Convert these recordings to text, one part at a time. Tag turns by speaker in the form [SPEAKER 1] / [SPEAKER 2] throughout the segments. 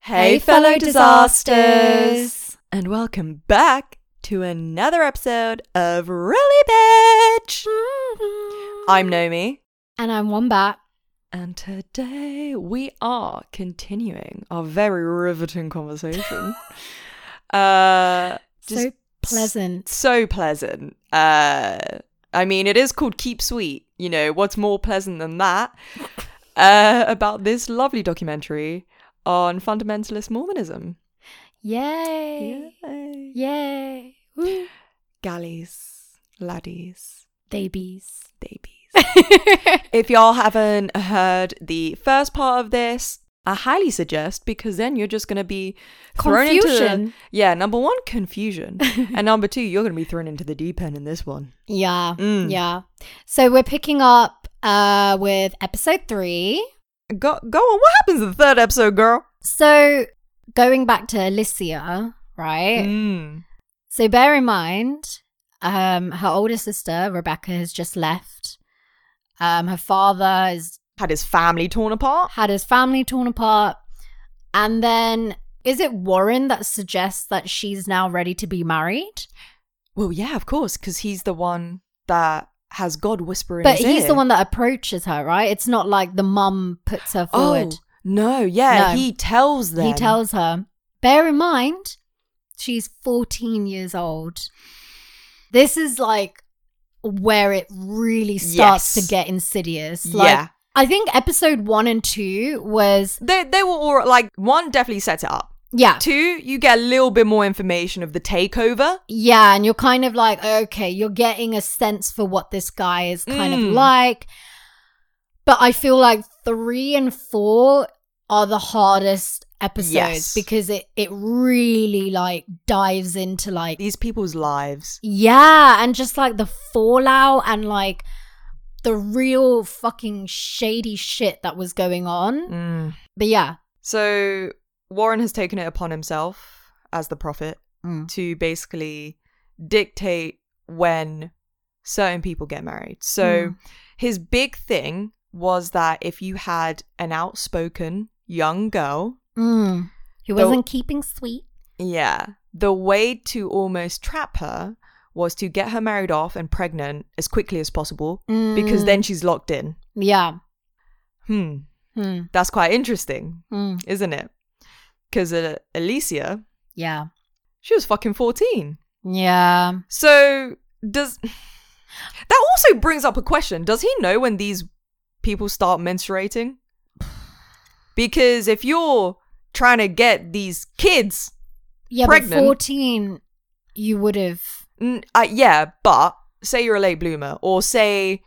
[SPEAKER 1] Hey, fellow disasters.
[SPEAKER 2] And welcome back to another episode of Really Bitch.
[SPEAKER 1] Mm-hmm.
[SPEAKER 2] I'm Nomi,
[SPEAKER 1] And I'm Wombat.
[SPEAKER 2] and today we are continuing our very riveting conversation. uh, just
[SPEAKER 1] so pleasant.
[SPEAKER 2] so pleasant. Uh, I mean, it is called Keep Sweet. You know, what's more pleasant than that? Uh, about this lovely documentary on fundamentalist Mormonism.
[SPEAKER 1] Yay.
[SPEAKER 2] Yay.
[SPEAKER 1] Yay. Woo.
[SPEAKER 2] Galleys, laddies,
[SPEAKER 1] Babies.
[SPEAKER 2] babies. if y'all haven't heard the first part of this, I highly suggest because then you're just going to be thrown into
[SPEAKER 1] Confusion.
[SPEAKER 2] the, yeah number one confusion and number two you're going to be thrown into the deep end in this one.
[SPEAKER 1] yeah.
[SPEAKER 2] Mm.
[SPEAKER 1] Yeah. So we're picking up uh, with episode three.
[SPEAKER 2] Go go on. What happens in the third episode, girl?
[SPEAKER 1] So going back to Alicia, right?
[SPEAKER 2] Mm.
[SPEAKER 1] So bear in mind, um, her older sister, Rebecca, has just left. Um, her father is
[SPEAKER 2] Had his family torn apart.
[SPEAKER 1] had his family torn apart. And then is it Warren that suggests that she's now ready to be married?
[SPEAKER 2] Well, yeah, of course, because he's the one that has God whispering.
[SPEAKER 1] but he's the one that approaches her, right? It's not like the mum puts her
[SPEAKER 2] Oh
[SPEAKER 1] forward.
[SPEAKER 2] no, yeah,
[SPEAKER 1] No.
[SPEAKER 2] he tells them.
[SPEAKER 1] he tells her. Bear in mind, she's 14 years old. This is like where it really starts
[SPEAKER 2] Yes.
[SPEAKER 1] to get insidious. Like,
[SPEAKER 2] Yeah.
[SPEAKER 1] I think episode one and two was,
[SPEAKER 2] They they were all like one definitely sets it up.
[SPEAKER 1] yeah,
[SPEAKER 2] Two, you get a little bit more information of the takeover.
[SPEAKER 1] Yeah, and you're kind of like, okay, you're getting a sense for what this guy is kind of
[SPEAKER 2] Mm.
[SPEAKER 1] like. But I feel like three and four are the hardest episodes
[SPEAKER 2] Yes.
[SPEAKER 1] because it it really like dives into like
[SPEAKER 2] These people's lives.
[SPEAKER 1] yeah, and just like the fallout and like the real fucking shady shit that was going on.
[SPEAKER 2] Mm.
[SPEAKER 1] But yeah,
[SPEAKER 2] So Warren has taken it upon himself as the prophet
[SPEAKER 1] Mm.
[SPEAKER 2] to basically dictate when certain people get married. So
[SPEAKER 1] Mm.
[SPEAKER 2] his big thing was that if you had an outspoken young girl,
[SPEAKER 1] mm. he
[SPEAKER 2] The-
[SPEAKER 1] wasn't keeping sweet.
[SPEAKER 2] yeah, the way to almost trap her was to get her married off and pregnant as quickly as possible because
[SPEAKER 1] Mm.
[SPEAKER 2] then she's locked in.
[SPEAKER 1] yeah.
[SPEAKER 2] Hmm,
[SPEAKER 1] Hmm.
[SPEAKER 2] that's quite interesting,
[SPEAKER 1] Hmm.
[SPEAKER 2] isn't it? Because uh, Alicia,
[SPEAKER 1] Yeah.
[SPEAKER 2] she was fucking 14.
[SPEAKER 1] Yeah.
[SPEAKER 2] So does that also brings up a question? Does he know when these people start menstruating? Because if you're trying to get these kids,
[SPEAKER 1] Yeah, but
[SPEAKER 2] pregnant.
[SPEAKER 1] 14, you would have.
[SPEAKER 2] n- uh, yeah, but say you're a late bloomer, or say,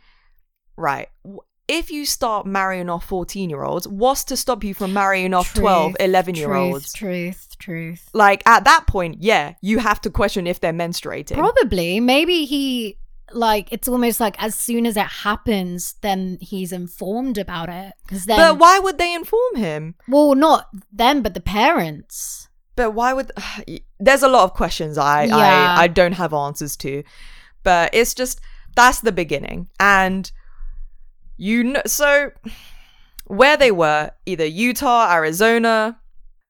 [SPEAKER 2] right, w- if you start marrying off 14 year olds, what's to stop you from marrying off 12, 11 year olds?
[SPEAKER 1] Truth, truth.
[SPEAKER 2] Like at that point, yeah, you have to question if they're menstruating.
[SPEAKER 1] Probably. Maybe he, like, it's almost like as soon as it happens, then he's informed about it. Because then.
[SPEAKER 2] but why would they inform him?
[SPEAKER 1] well, not them, but the parents.
[SPEAKER 2] But why would there's a lot of questions I,
[SPEAKER 1] Yeah.
[SPEAKER 2] I I don't have answers to, but it's just that's the beginning, and you know so where they were either Utah, Arizona,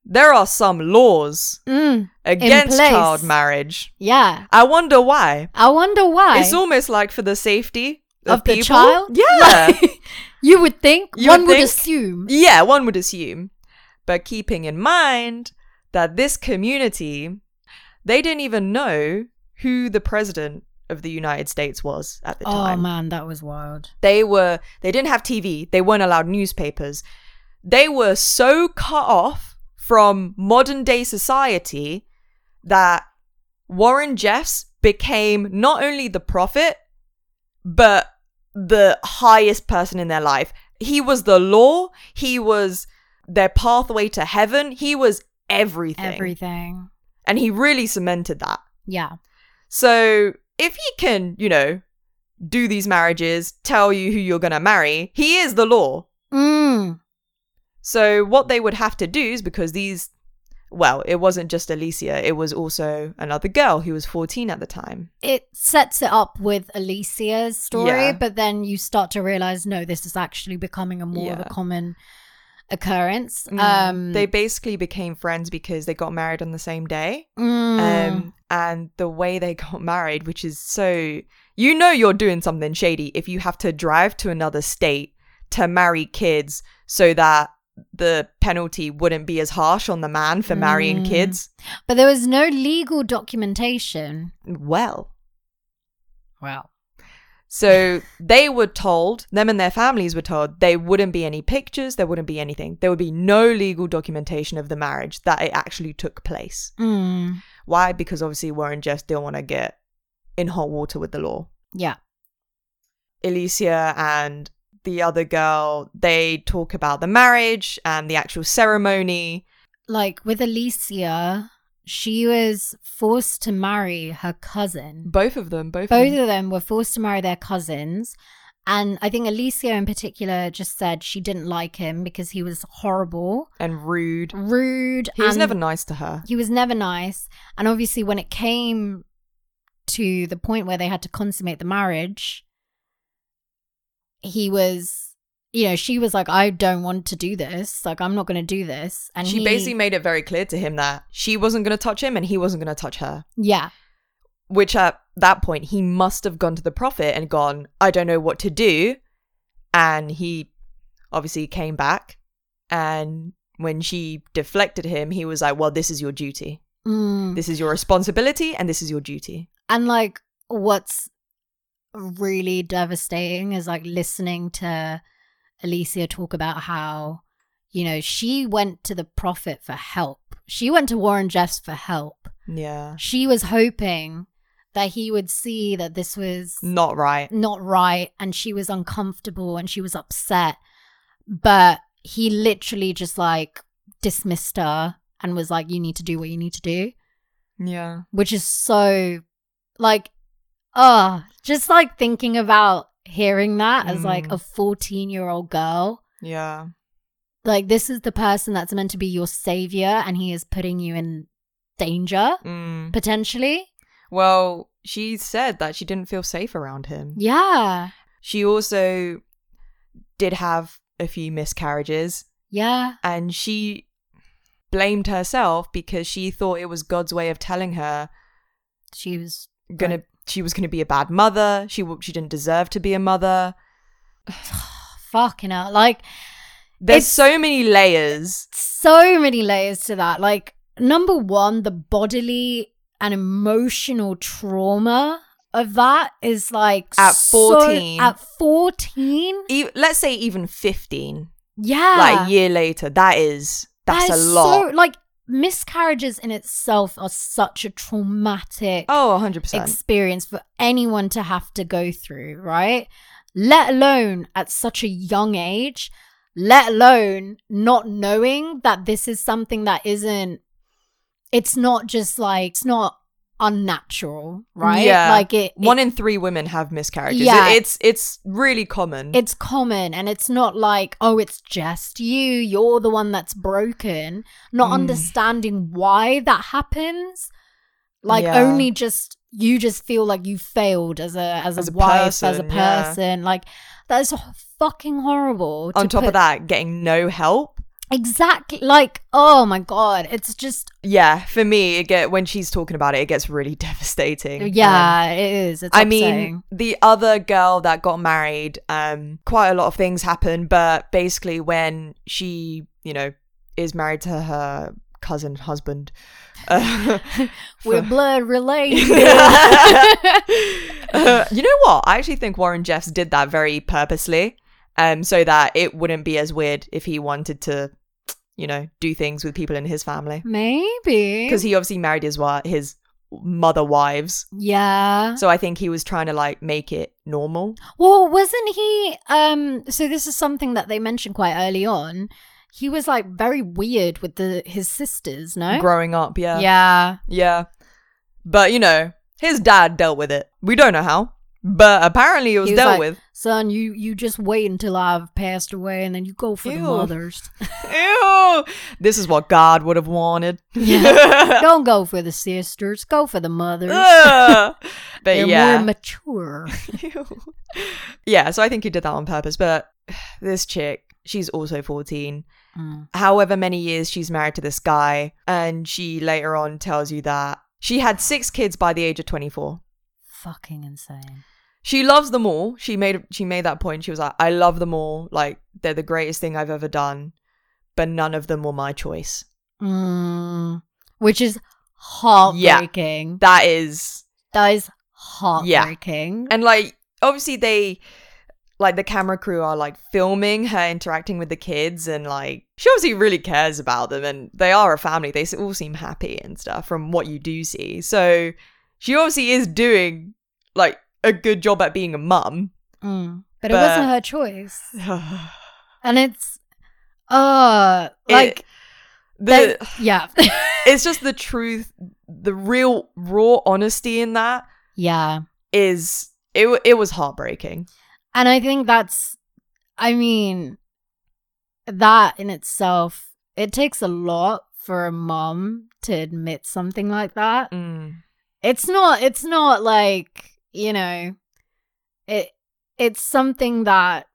[SPEAKER 2] there are some laws
[SPEAKER 1] Mm,
[SPEAKER 2] against
[SPEAKER 1] place.
[SPEAKER 2] child marriage.
[SPEAKER 1] yeah.
[SPEAKER 2] I wonder why.
[SPEAKER 1] I wonder why.
[SPEAKER 2] It's almost like for the safety of,
[SPEAKER 1] Of the
[SPEAKER 2] people.
[SPEAKER 1] child?
[SPEAKER 2] Yeah,
[SPEAKER 1] you would think.
[SPEAKER 2] You
[SPEAKER 1] one
[SPEAKER 2] would
[SPEAKER 1] would
[SPEAKER 2] think.
[SPEAKER 1] assume.
[SPEAKER 2] yeah, one would assume. But keeping in mind that this community, they didn't even know who the president of the United States was at the
[SPEAKER 1] Oh,
[SPEAKER 2] time.
[SPEAKER 1] man, that was wild.
[SPEAKER 2] They were they didn't have TV, they weren't allowed newspapers. They were so cut off from modern day society that Warren Jeffs became not only the prophet, but the highest person in their life. He was the law, he was their pathway to heaven, he was everything.
[SPEAKER 1] Everything.
[SPEAKER 2] And he really cemented that.
[SPEAKER 1] Yeah.
[SPEAKER 2] So if he can, you know, do these marriages, tell you who you're going to marry, he is the law.
[SPEAKER 1] Mm.
[SPEAKER 2] So what they would have to do is because these, well, it wasn't just Alicia, it was also another girl who was 14 at the time.
[SPEAKER 1] it sets it up with Alicia's story,
[SPEAKER 2] Yeah.
[SPEAKER 1] but then you start to realize no, this is actually becoming a more of a
[SPEAKER 2] Yeah.
[SPEAKER 1] common occurrence.
[SPEAKER 2] Mm.
[SPEAKER 1] Um,
[SPEAKER 2] they basically became friends because they got married on the same day.
[SPEAKER 1] mm,
[SPEAKER 2] Um, and the way they got married, which is so you know you're doing something shady if you have to drive to another state to marry kids so that the penalty wouldn't be as harsh on the man for marrying
[SPEAKER 1] Mm.
[SPEAKER 2] kids.
[SPEAKER 1] but there was no legal documentation.
[SPEAKER 2] Well,
[SPEAKER 1] Wow.
[SPEAKER 2] So they were told, them and their families were told, there wouldn't be any pictures, there wouldn't be anything. There would be no legal documentation of the marriage that it actually took place.
[SPEAKER 1] Mm,
[SPEAKER 2] Why? Because obviously Warren Jeffs didn't want to get in hot water with the law.
[SPEAKER 1] yeah.
[SPEAKER 2] Alicia and the other girl, they talk about the marriage and the actual ceremony.
[SPEAKER 1] Like with Alicia, she was forced to marry her cousin.
[SPEAKER 2] Both of them, both,
[SPEAKER 1] both
[SPEAKER 2] of them.
[SPEAKER 1] of them were forced to marry their cousins and i think alicia in particular just said she didn't like him because he was horrible
[SPEAKER 2] And rude.
[SPEAKER 1] rude
[SPEAKER 2] He was
[SPEAKER 1] and
[SPEAKER 2] never nice to her.
[SPEAKER 1] he was never nice and obviously when it came to the point where they had to consummate the marriage he was you know she was like i don't want to do this like i'm not going to do this and
[SPEAKER 2] she
[SPEAKER 1] he-
[SPEAKER 2] basically made it very clear to him that she wasn't going to touch him and he wasn't going to touch her.
[SPEAKER 1] yeah
[SPEAKER 2] which at that point he must have gone to the prophet and gone, I don't know what to do. And he obviously came back. And when she deflected him, he was like, Well, this is your duty.
[SPEAKER 1] Mm.
[SPEAKER 2] This is your responsibility and this is your duty.
[SPEAKER 1] And like what's really devastating is like listening to Alicia talk about how, you know, she went to the prophet for help. She went to Warren Jeffs for help.
[SPEAKER 2] Yeah.
[SPEAKER 1] She was hoping that he would see that this was
[SPEAKER 2] Not right.
[SPEAKER 1] not right and she was uncomfortable and she was upset. But he literally just like dismissed her and was like, you need to do what you need to do
[SPEAKER 2] Yeah.
[SPEAKER 1] which is so like uh just like thinking about hearing that as like
[SPEAKER 2] Mm.
[SPEAKER 1] a 14 year old girl
[SPEAKER 2] Yeah.
[SPEAKER 1] like this is the person that's meant to be your savior and he is putting you in danger
[SPEAKER 2] Mm.
[SPEAKER 1] potentially
[SPEAKER 2] Well, she said that she didn't feel safe around him.
[SPEAKER 1] yeah
[SPEAKER 2] She also did have a few miscarriages.
[SPEAKER 1] yeah
[SPEAKER 2] and she blamed herself because she thought it was God's way of telling her
[SPEAKER 1] she was
[SPEAKER 2] gonna she was gonna be a bad mother. She w- she didn't deserve to be a mother.
[SPEAKER 1] fucking out like
[SPEAKER 2] There's
[SPEAKER 1] It's-
[SPEAKER 2] so many layers.
[SPEAKER 1] so many layers to that like number one the bodily and emotional trauma of that is like
[SPEAKER 2] At
[SPEAKER 1] so-
[SPEAKER 2] 14.
[SPEAKER 1] at 14
[SPEAKER 2] E- let's say even 15,
[SPEAKER 1] Yeah.
[SPEAKER 2] like a year later. That is that's
[SPEAKER 1] Ah. That
[SPEAKER 2] a
[SPEAKER 1] is
[SPEAKER 2] lot.
[SPEAKER 1] So, like miscarriages in itself are such a traumatic
[SPEAKER 2] oh, 100 percent.
[SPEAKER 1] experience for anyone to have to go through, right? Let alone at such a young age, let alone not knowing that this is something that isn't it's not just like it's not unnatural, right?
[SPEAKER 2] Yeah.
[SPEAKER 1] Like it, it
[SPEAKER 2] One in three women have miscarriages.
[SPEAKER 1] Yeah.
[SPEAKER 2] It- it's it's really common.
[SPEAKER 1] it's common and it's not like oh it's just you you're the one that's broken not
[SPEAKER 2] Mm.
[SPEAKER 1] understanding why that happens like
[SPEAKER 2] Yeah.
[SPEAKER 1] only just you just feel like you failed as a as a
[SPEAKER 2] As a
[SPEAKER 1] wife as a
[SPEAKER 2] person, yeah.
[SPEAKER 1] person like that's ho- fucking horrible to
[SPEAKER 2] On top
[SPEAKER 1] put-
[SPEAKER 2] of that, getting no help.
[SPEAKER 1] exactly like oh my god it's just
[SPEAKER 2] Yeah, for me, it get when she's talking about it, it gets really devastating. Um,
[SPEAKER 1] yeah it is it's
[SPEAKER 2] I
[SPEAKER 1] upsetting.
[SPEAKER 2] mean, the other girl that got married, um, quite a lot of things happened, but basically, when she, you know, is married to her cousin husband, uh,
[SPEAKER 1] we're blood related
[SPEAKER 2] uh, you know what? I actually think Warren Jeffs did that very purposely, um, so that it wouldn't be as weird if he wanted to, you know, do things with people in his family
[SPEAKER 1] maybe
[SPEAKER 2] because he obviously married his wa- his mother wives.
[SPEAKER 1] yeah
[SPEAKER 2] So I think he was trying to like make it normal.
[SPEAKER 1] Well, wasn't he? Um, so this is something that they mentioned quite early on. He was like very weird with the his sisters, no?
[SPEAKER 2] growing up, yeah.
[SPEAKER 1] Yeah.
[SPEAKER 2] Yeah. But you know, his dad dealt with it. We don't know how. But apparently it was,
[SPEAKER 1] He was
[SPEAKER 2] dealt
[SPEAKER 1] like-
[SPEAKER 2] with.
[SPEAKER 1] Son, you you just wait until I've passed away, and then you go for the
[SPEAKER 2] Ew.
[SPEAKER 1] mothers.
[SPEAKER 2] Ew. This is what God would have wanted.
[SPEAKER 1] Don't go for the sisters. Go for the mothers.
[SPEAKER 2] Ugh. Uh, but
[SPEAKER 1] They're more
[SPEAKER 2] yeah.
[SPEAKER 1] mature.
[SPEAKER 2] Ew. yeah, so I think he did that on purpose, but this chick She's also 14.
[SPEAKER 1] Mm.
[SPEAKER 2] However many years she's married to this guy. And she later on tells you that she had six kids by the age of 24.
[SPEAKER 1] Fucking insane.
[SPEAKER 2] She loves them all. She made she made that point. She was like, I love them all. Like they're the greatest thing I've ever done. But none of them were my choice.
[SPEAKER 1] Mm. Which is heartbreaking.
[SPEAKER 2] That is
[SPEAKER 1] That is heartbreaking.
[SPEAKER 2] and like obviously they like the camera crew are like filming her interacting with the kids and like she obviously really cares about them and they are a family they s- all seem happy and stuff from what you do see so she obviously is doing like a good job at being a mum
[SPEAKER 1] Mm. But, it
[SPEAKER 2] But-
[SPEAKER 1] wasn't her choice.
[SPEAKER 2] It-
[SPEAKER 1] And it's, uh, like,
[SPEAKER 2] the,
[SPEAKER 1] there's- yeah.
[SPEAKER 2] it's just the truth the real raw honesty in that
[SPEAKER 1] yeah.
[SPEAKER 2] is it, w- it was heartbreaking
[SPEAKER 1] And I think that's, I mean, that in itself, it takes a lot for a mom to admit something like
[SPEAKER 2] Mm.
[SPEAKER 1] that. It's not, it's not like, you know, it, it's something that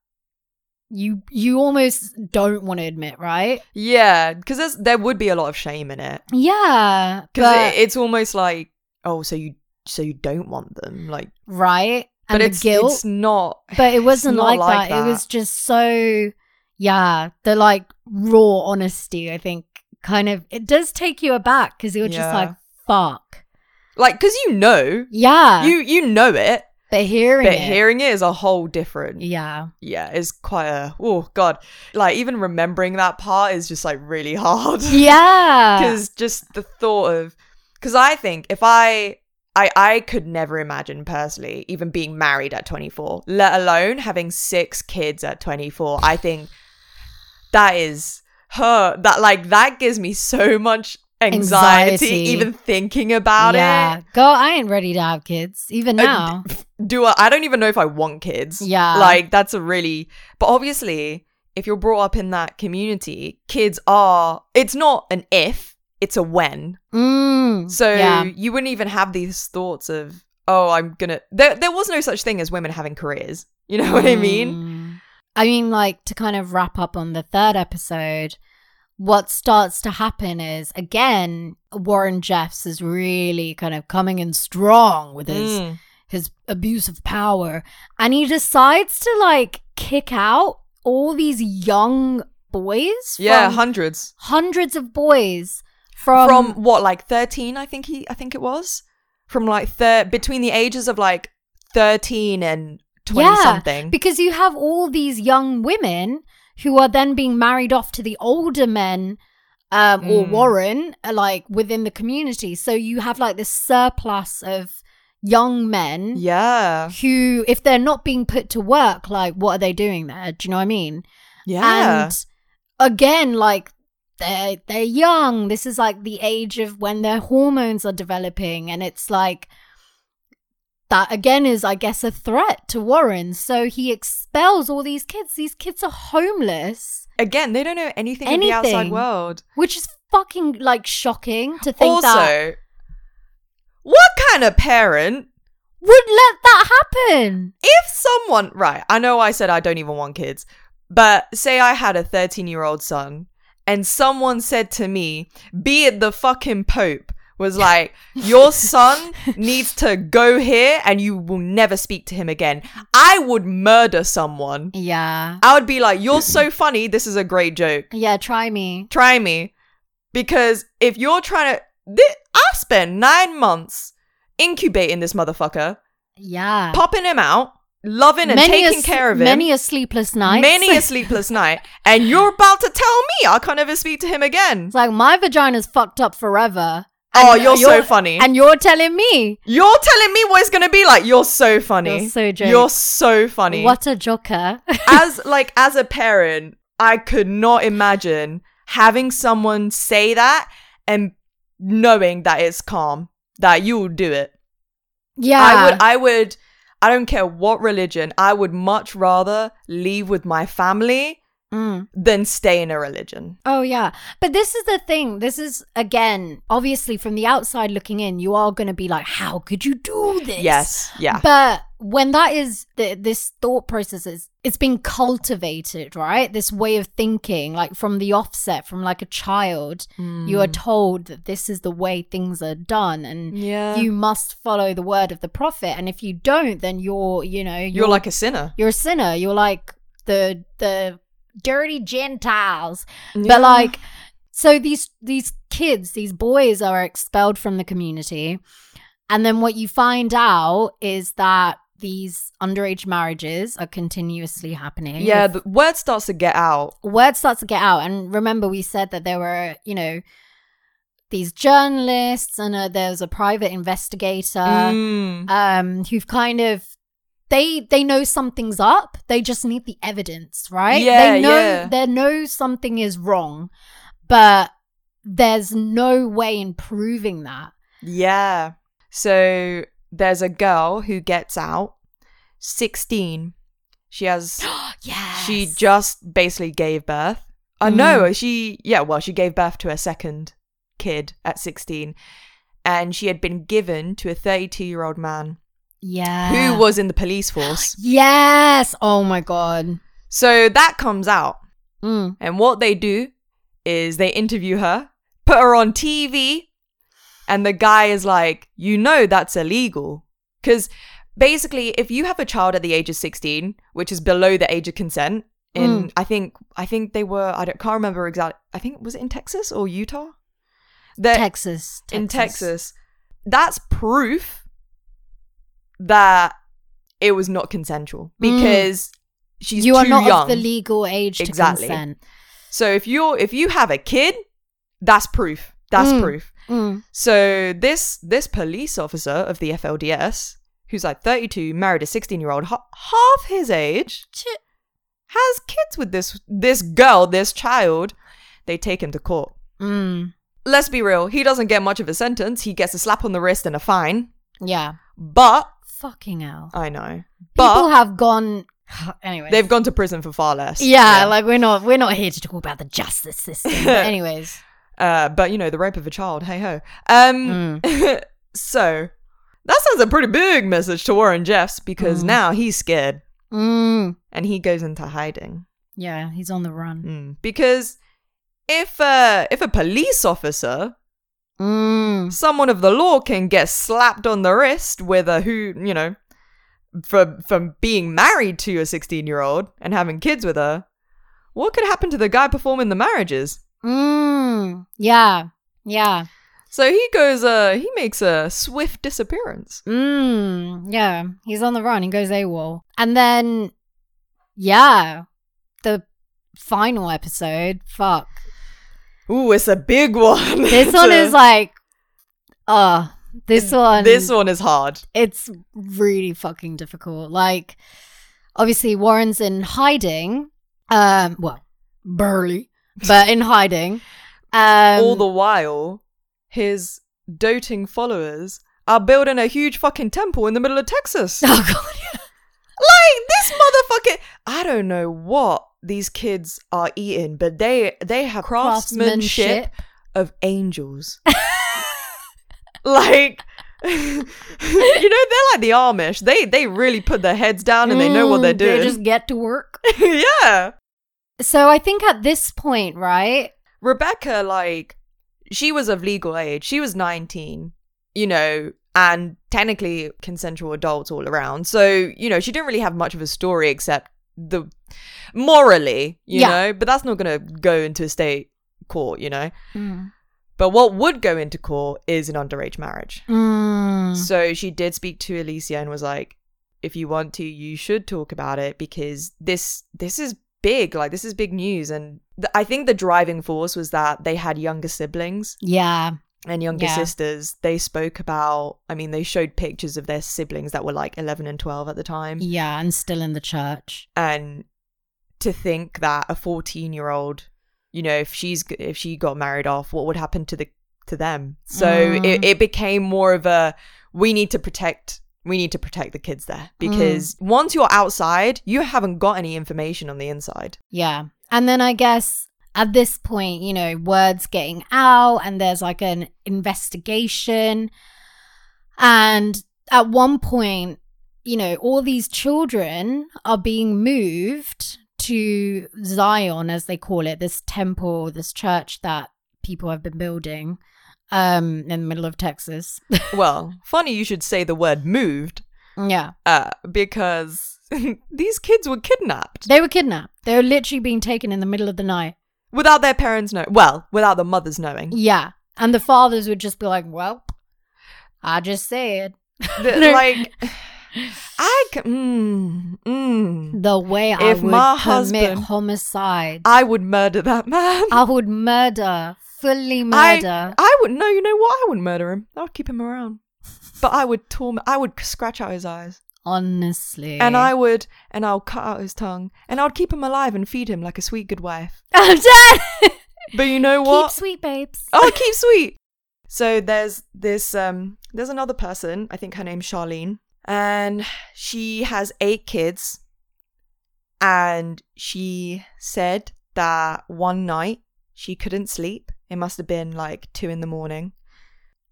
[SPEAKER 1] you, you almost don't want to admit, right?
[SPEAKER 2] yeah because there would be a lot of shame in it
[SPEAKER 1] Yeah.
[SPEAKER 2] because
[SPEAKER 1] But,
[SPEAKER 2] it's almost like oh so you so you don't want them like
[SPEAKER 1] right.
[SPEAKER 2] but
[SPEAKER 1] And
[SPEAKER 2] it's
[SPEAKER 1] the guilt.
[SPEAKER 2] it's not
[SPEAKER 1] but it wasn't
[SPEAKER 2] not
[SPEAKER 1] like,
[SPEAKER 2] like
[SPEAKER 1] that.
[SPEAKER 2] that.
[SPEAKER 1] It was just so, yeah, the like raw honesty. I think kind of it does take you aback because you're just
[SPEAKER 2] Yeah.
[SPEAKER 1] like, fuck,
[SPEAKER 2] like because you know
[SPEAKER 1] yeah.
[SPEAKER 2] you you know it
[SPEAKER 1] but hearing
[SPEAKER 2] but
[SPEAKER 1] it,
[SPEAKER 2] hearing it is a whole different yeah,
[SPEAKER 1] yeah,
[SPEAKER 2] it's quite a oh god like even remembering that part is just like really hard
[SPEAKER 1] yeah,
[SPEAKER 2] because just the thought of because i think if i I, I could never imagine personally even being married at 24, let alone having six kids at 24. I think that is her that like that gives me so much anxiety,
[SPEAKER 1] Anxiety.
[SPEAKER 2] even thinking about
[SPEAKER 1] yeah.
[SPEAKER 2] it.
[SPEAKER 1] Girl, I ain't ready to have kids even
[SPEAKER 2] Uh,
[SPEAKER 1] now.
[SPEAKER 2] Do I, I don't even know if I want kids.
[SPEAKER 1] Yeah.
[SPEAKER 2] Like that's a really but obviously if you're brought up in that community, kids are it's not an if, it's a when.
[SPEAKER 1] Mm,
[SPEAKER 2] So
[SPEAKER 1] yeah,
[SPEAKER 2] you wouldn't even have these thoughts of, oh, I'm gonna. There, there was no such thing as women having careers. You know what I mean?
[SPEAKER 1] Mm. I mean, like to kind of wrap up on the third episode, what starts to happen is again, Warren Jeffs is really kind of coming in strong with his
[SPEAKER 2] Mm.
[SPEAKER 1] his abuse of power, and he decides to like kick out all these young boys.
[SPEAKER 2] Yeah,
[SPEAKER 1] from-
[SPEAKER 2] hundreds
[SPEAKER 1] hundreds of boys from,
[SPEAKER 2] from, what, like thirteen? I think he, I think it was from like thir- between the ages of like thirteen and twenty
[SPEAKER 1] Yeah,
[SPEAKER 2] something.
[SPEAKER 1] because you have all these young women who are then being married off to the older men um, or
[SPEAKER 2] Mm.
[SPEAKER 1] Warren, uh, like within the community. So you have like this surplus of young men
[SPEAKER 2] yeah,
[SPEAKER 1] who, if they're not being put to work, like what are they doing there? Do you know what I mean?
[SPEAKER 2] yeah,
[SPEAKER 1] And again, like they're they're young. This is like the age of when their hormones are developing, and it's like that again is, I guess, a threat to Warren. So he expels all these kids. These kids are homeless,
[SPEAKER 2] again, they don't know anything, of the outside
[SPEAKER 1] Anything.
[SPEAKER 2] world.
[SPEAKER 1] which is fucking like shocking to think
[SPEAKER 2] also,
[SPEAKER 1] that
[SPEAKER 2] what kind of parent?
[SPEAKER 1] would let that happen.
[SPEAKER 2] if someone right i know i said i don't even want kids but say i had a 13 year old son and someone said to me be it the fucking pope was like your son needs to go here and you will never speak to him again i would murder someone
[SPEAKER 1] Yeah,
[SPEAKER 2] i would be like you're so funny this is a great joke
[SPEAKER 1] yeah. Try me.
[SPEAKER 2] try me because if you're trying to thi- i spent nine months incubating this motherfucker
[SPEAKER 1] Yeah.
[SPEAKER 2] popping him out, loving and
[SPEAKER 1] a
[SPEAKER 2] taking
[SPEAKER 1] s-
[SPEAKER 2] care of him.
[SPEAKER 1] Many a sleepless night.
[SPEAKER 2] Many a sleepless night, and you're about to tell me I can't ever speak to him again.
[SPEAKER 1] It's like my vagina's fucked up forever.
[SPEAKER 2] oh,
[SPEAKER 1] And
[SPEAKER 2] you're, so funny.
[SPEAKER 1] And you're telling me.
[SPEAKER 2] you're telling me what it's gonna be like. You're so funny.
[SPEAKER 1] You're so joke.
[SPEAKER 2] You're so funny.
[SPEAKER 1] What a joker.
[SPEAKER 2] as like as a parent, I could not imagine having someone say that and knowing that it's calm that you will do it.
[SPEAKER 1] yeah.
[SPEAKER 2] I would I would I don't care what religion, I would much rather leave with my family
[SPEAKER 1] Mm.
[SPEAKER 2] than stay in a religion.
[SPEAKER 1] Oh, yeah. But this is the thing. This is, again, obviously from the outside looking in, you are going to be like, how could you do this?
[SPEAKER 2] Yes. Yeah.
[SPEAKER 1] But when that is th- this thought process is it's been cultivated, right? This way of thinking, like from the offset, from like a child, you
[SPEAKER 2] Hmm.
[SPEAKER 1] are told that this is the way things are done, and
[SPEAKER 2] yeah.
[SPEAKER 1] you must follow the word of the prophet. And if you don't, then you're, you know, you're,
[SPEAKER 2] You're like a sinner.
[SPEAKER 1] you're a sinner. You're like the the dirty Gentiles.
[SPEAKER 2] Yeah.
[SPEAKER 1] But like, so these these kids, these boys are expelled from the community, and then what you find out is that these underage marriages are continuously happening.
[SPEAKER 2] yeah, the word starts to get out.
[SPEAKER 1] word starts to get out, and remember we said that there were you know these journalists and uh there's a private investigator
[SPEAKER 2] Mm.
[SPEAKER 1] um who've kind of they they know something's up they just need the evidence right
[SPEAKER 2] Yeah,
[SPEAKER 1] they know
[SPEAKER 2] yeah.
[SPEAKER 1] they know something is wrong but there's no way in proving that
[SPEAKER 2] Yeah. So there's a girl who gets out, 16. She has
[SPEAKER 1] yeah
[SPEAKER 2] she just basically gave birth. Uh,
[SPEAKER 1] Mm.
[SPEAKER 2] No, she, yeah, well, she gave birth to her second kid at 16. And she had been given to a 32 year old man
[SPEAKER 1] yeah
[SPEAKER 2] who was in the police force.
[SPEAKER 1] yes oh my god
[SPEAKER 2] So that comes out.
[SPEAKER 1] mm.
[SPEAKER 2] And what they do is they interview her, put her on TV, and the guy is like, you know, that's illegal. Because basically, if you have a child at the age of 16, which is below the age of consent, in
[SPEAKER 1] Mm.
[SPEAKER 2] I think I think they were I don't, can't remember exactly. I think was it in Texas or Utah? That
[SPEAKER 1] texas, texas
[SPEAKER 2] Eh, in Texas, that's proof that it was not consensual because she's
[SPEAKER 1] Mm. you
[SPEAKER 2] too
[SPEAKER 1] are not
[SPEAKER 2] young.
[SPEAKER 1] of the legal age to
[SPEAKER 2] Exactly.
[SPEAKER 1] consent
[SPEAKER 2] So if you're if you have a kid, that's proof. That's
[SPEAKER 1] Mm.
[SPEAKER 2] proof.
[SPEAKER 1] Mm.
[SPEAKER 2] So this this police officer of the FLDS, who's like 32, married a 16 year old, half his age,
[SPEAKER 1] Ch-
[SPEAKER 2] has kids with this this girl, this child. They take him to court.
[SPEAKER 1] Mm.
[SPEAKER 2] Let's be real. He doesn't get much of a sentence. He gets a slap on the wrist and a fine.
[SPEAKER 1] yeah
[SPEAKER 2] But
[SPEAKER 1] fucking hell
[SPEAKER 2] I know.
[SPEAKER 1] people
[SPEAKER 2] But
[SPEAKER 1] have gone anyway
[SPEAKER 2] they've gone to prison for far less.
[SPEAKER 1] Yeah, like we're not we're not here to talk about the justice system. But anyways,
[SPEAKER 2] Uh, but you know, the rape of a child, hey ho.
[SPEAKER 1] Hmm. Mm.
[SPEAKER 2] Um, so that sends a pretty big message to Warren Jeffs because now he's scared
[SPEAKER 1] mm,
[SPEAKER 2] and he goes into hiding.
[SPEAKER 1] yeah, he's on the run.
[SPEAKER 2] Mm. Because if uh, if a police officer,
[SPEAKER 1] Mm,
[SPEAKER 2] someone of the law, can get slapped on the wrist with a who you know, for from being married to a sixteen year old and having kids with her, what could happen to the guy performing the marriages?
[SPEAKER 1] mm, yeah, yeah,
[SPEAKER 2] So he goes. Uh, he makes a swift disappearance.
[SPEAKER 1] mm, yeah. He's on the run. He goes AWOL, and then yeah, the final episode. Fuck,
[SPEAKER 2] Ooh, it's a big one.
[SPEAKER 1] this
[SPEAKER 2] It's
[SPEAKER 1] one
[SPEAKER 2] a-
[SPEAKER 1] is like, uh this one.
[SPEAKER 2] This one is hard.
[SPEAKER 1] it's really fucking difficult. Like, obviously, Warren's in hiding. Um, well, barely, but in hiding. Um,
[SPEAKER 2] All the while, his doting followers are building a huge fucking temple in the middle of Texas. like
[SPEAKER 1] oh god,
[SPEAKER 2] this motherfucker. I don't know what these kids are eating, but they they have craftsmanship,
[SPEAKER 1] craftsmanship.
[SPEAKER 2] of angels. like you know, they're like the Amish. They they really put their heads down and they know what they're
[SPEAKER 1] Mm, They
[SPEAKER 2] doing.
[SPEAKER 1] just get to work.
[SPEAKER 2] yeah.
[SPEAKER 1] So I think at this point, right?
[SPEAKER 2] Rebecca, like, she was of legal age. She was 19, you know, and technically consensual adults all around. So, you know, she didn't really have much of a story except the morally, you
[SPEAKER 1] Yeah.
[SPEAKER 2] know, but that's not going to go into a state court, you know. But what would go into court is an underage marriage.
[SPEAKER 1] Mm.
[SPEAKER 2] So she did speak to Alicia and was like, if you want to, you should talk about it because this this is big. Like this is big news. And th- I think the driving force was that they had younger siblings
[SPEAKER 1] Yeah,
[SPEAKER 2] and younger
[SPEAKER 1] Yeah.
[SPEAKER 2] sisters. They spoke about. I mean, they showed pictures of their siblings that were like eleven and twelve at the time.
[SPEAKER 1] yeah, and still in the church.
[SPEAKER 2] And to think that a fourteen year old, you know, if she's g- if she got married off, what would happen to the to them? So
[SPEAKER 1] Mm.
[SPEAKER 2] it, it became more of a we need to protect we need to protect the
[SPEAKER 1] Mm.
[SPEAKER 2] kids there because once you're outside, you haven't got any information on the inside.
[SPEAKER 1] Yeah, And then I guess at this point, you know, words getting out and there's like an investigation. And at one point, you know, all these children are being moved to Zion, as they call it, this temple, this church that people have been building um, in the middle of Texas.
[SPEAKER 2] Well, funny you should say the word moved
[SPEAKER 1] yeah.
[SPEAKER 2] uh, because these kids were kidnapped
[SPEAKER 1] They were kidnapped. They were literally being taken in the middle of the night.
[SPEAKER 2] without their parents know. Well, without the mothers knowing.
[SPEAKER 1] Yeah. And the fathers would just be like, well, I just said
[SPEAKER 2] The-
[SPEAKER 1] No.
[SPEAKER 2] like, I c- mm, mm,
[SPEAKER 1] the way I
[SPEAKER 2] If
[SPEAKER 1] would
[SPEAKER 2] my
[SPEAKER 1] commit
[SPEAKER 2] husband-
[SPEAKER 1] homicide. I,
[SPEAKER 2] I would murder that man.
[SPEAKER 1] would murder, fully
[SPEAKER 2] I-
[SPEAKER 1] murder.
[SPEAKER 2] I would no, you know what? I would murder him. I would keep him around, but I would torment. I would scratch out his eyes,
[SPEAKER 1] honestly.
[SPEAKER 2] and I would, and I'll cut out his tongue, and I'd keep him alive and feed him like a sweet good wife.
[SPEAKER 1] I'm dead.
[SPEAKER 2] But you know
[SPEAKER 1] Keep
[SPEAKER 2] what?
[SPEAKER 1] sweet babes.
[SPEAKER 2] oh, keep sweet. So there's this um there's another person, I think her name's Charlene, and she has eight kids. And she said that one night she couldn't sleep. It must have been like two in the morning.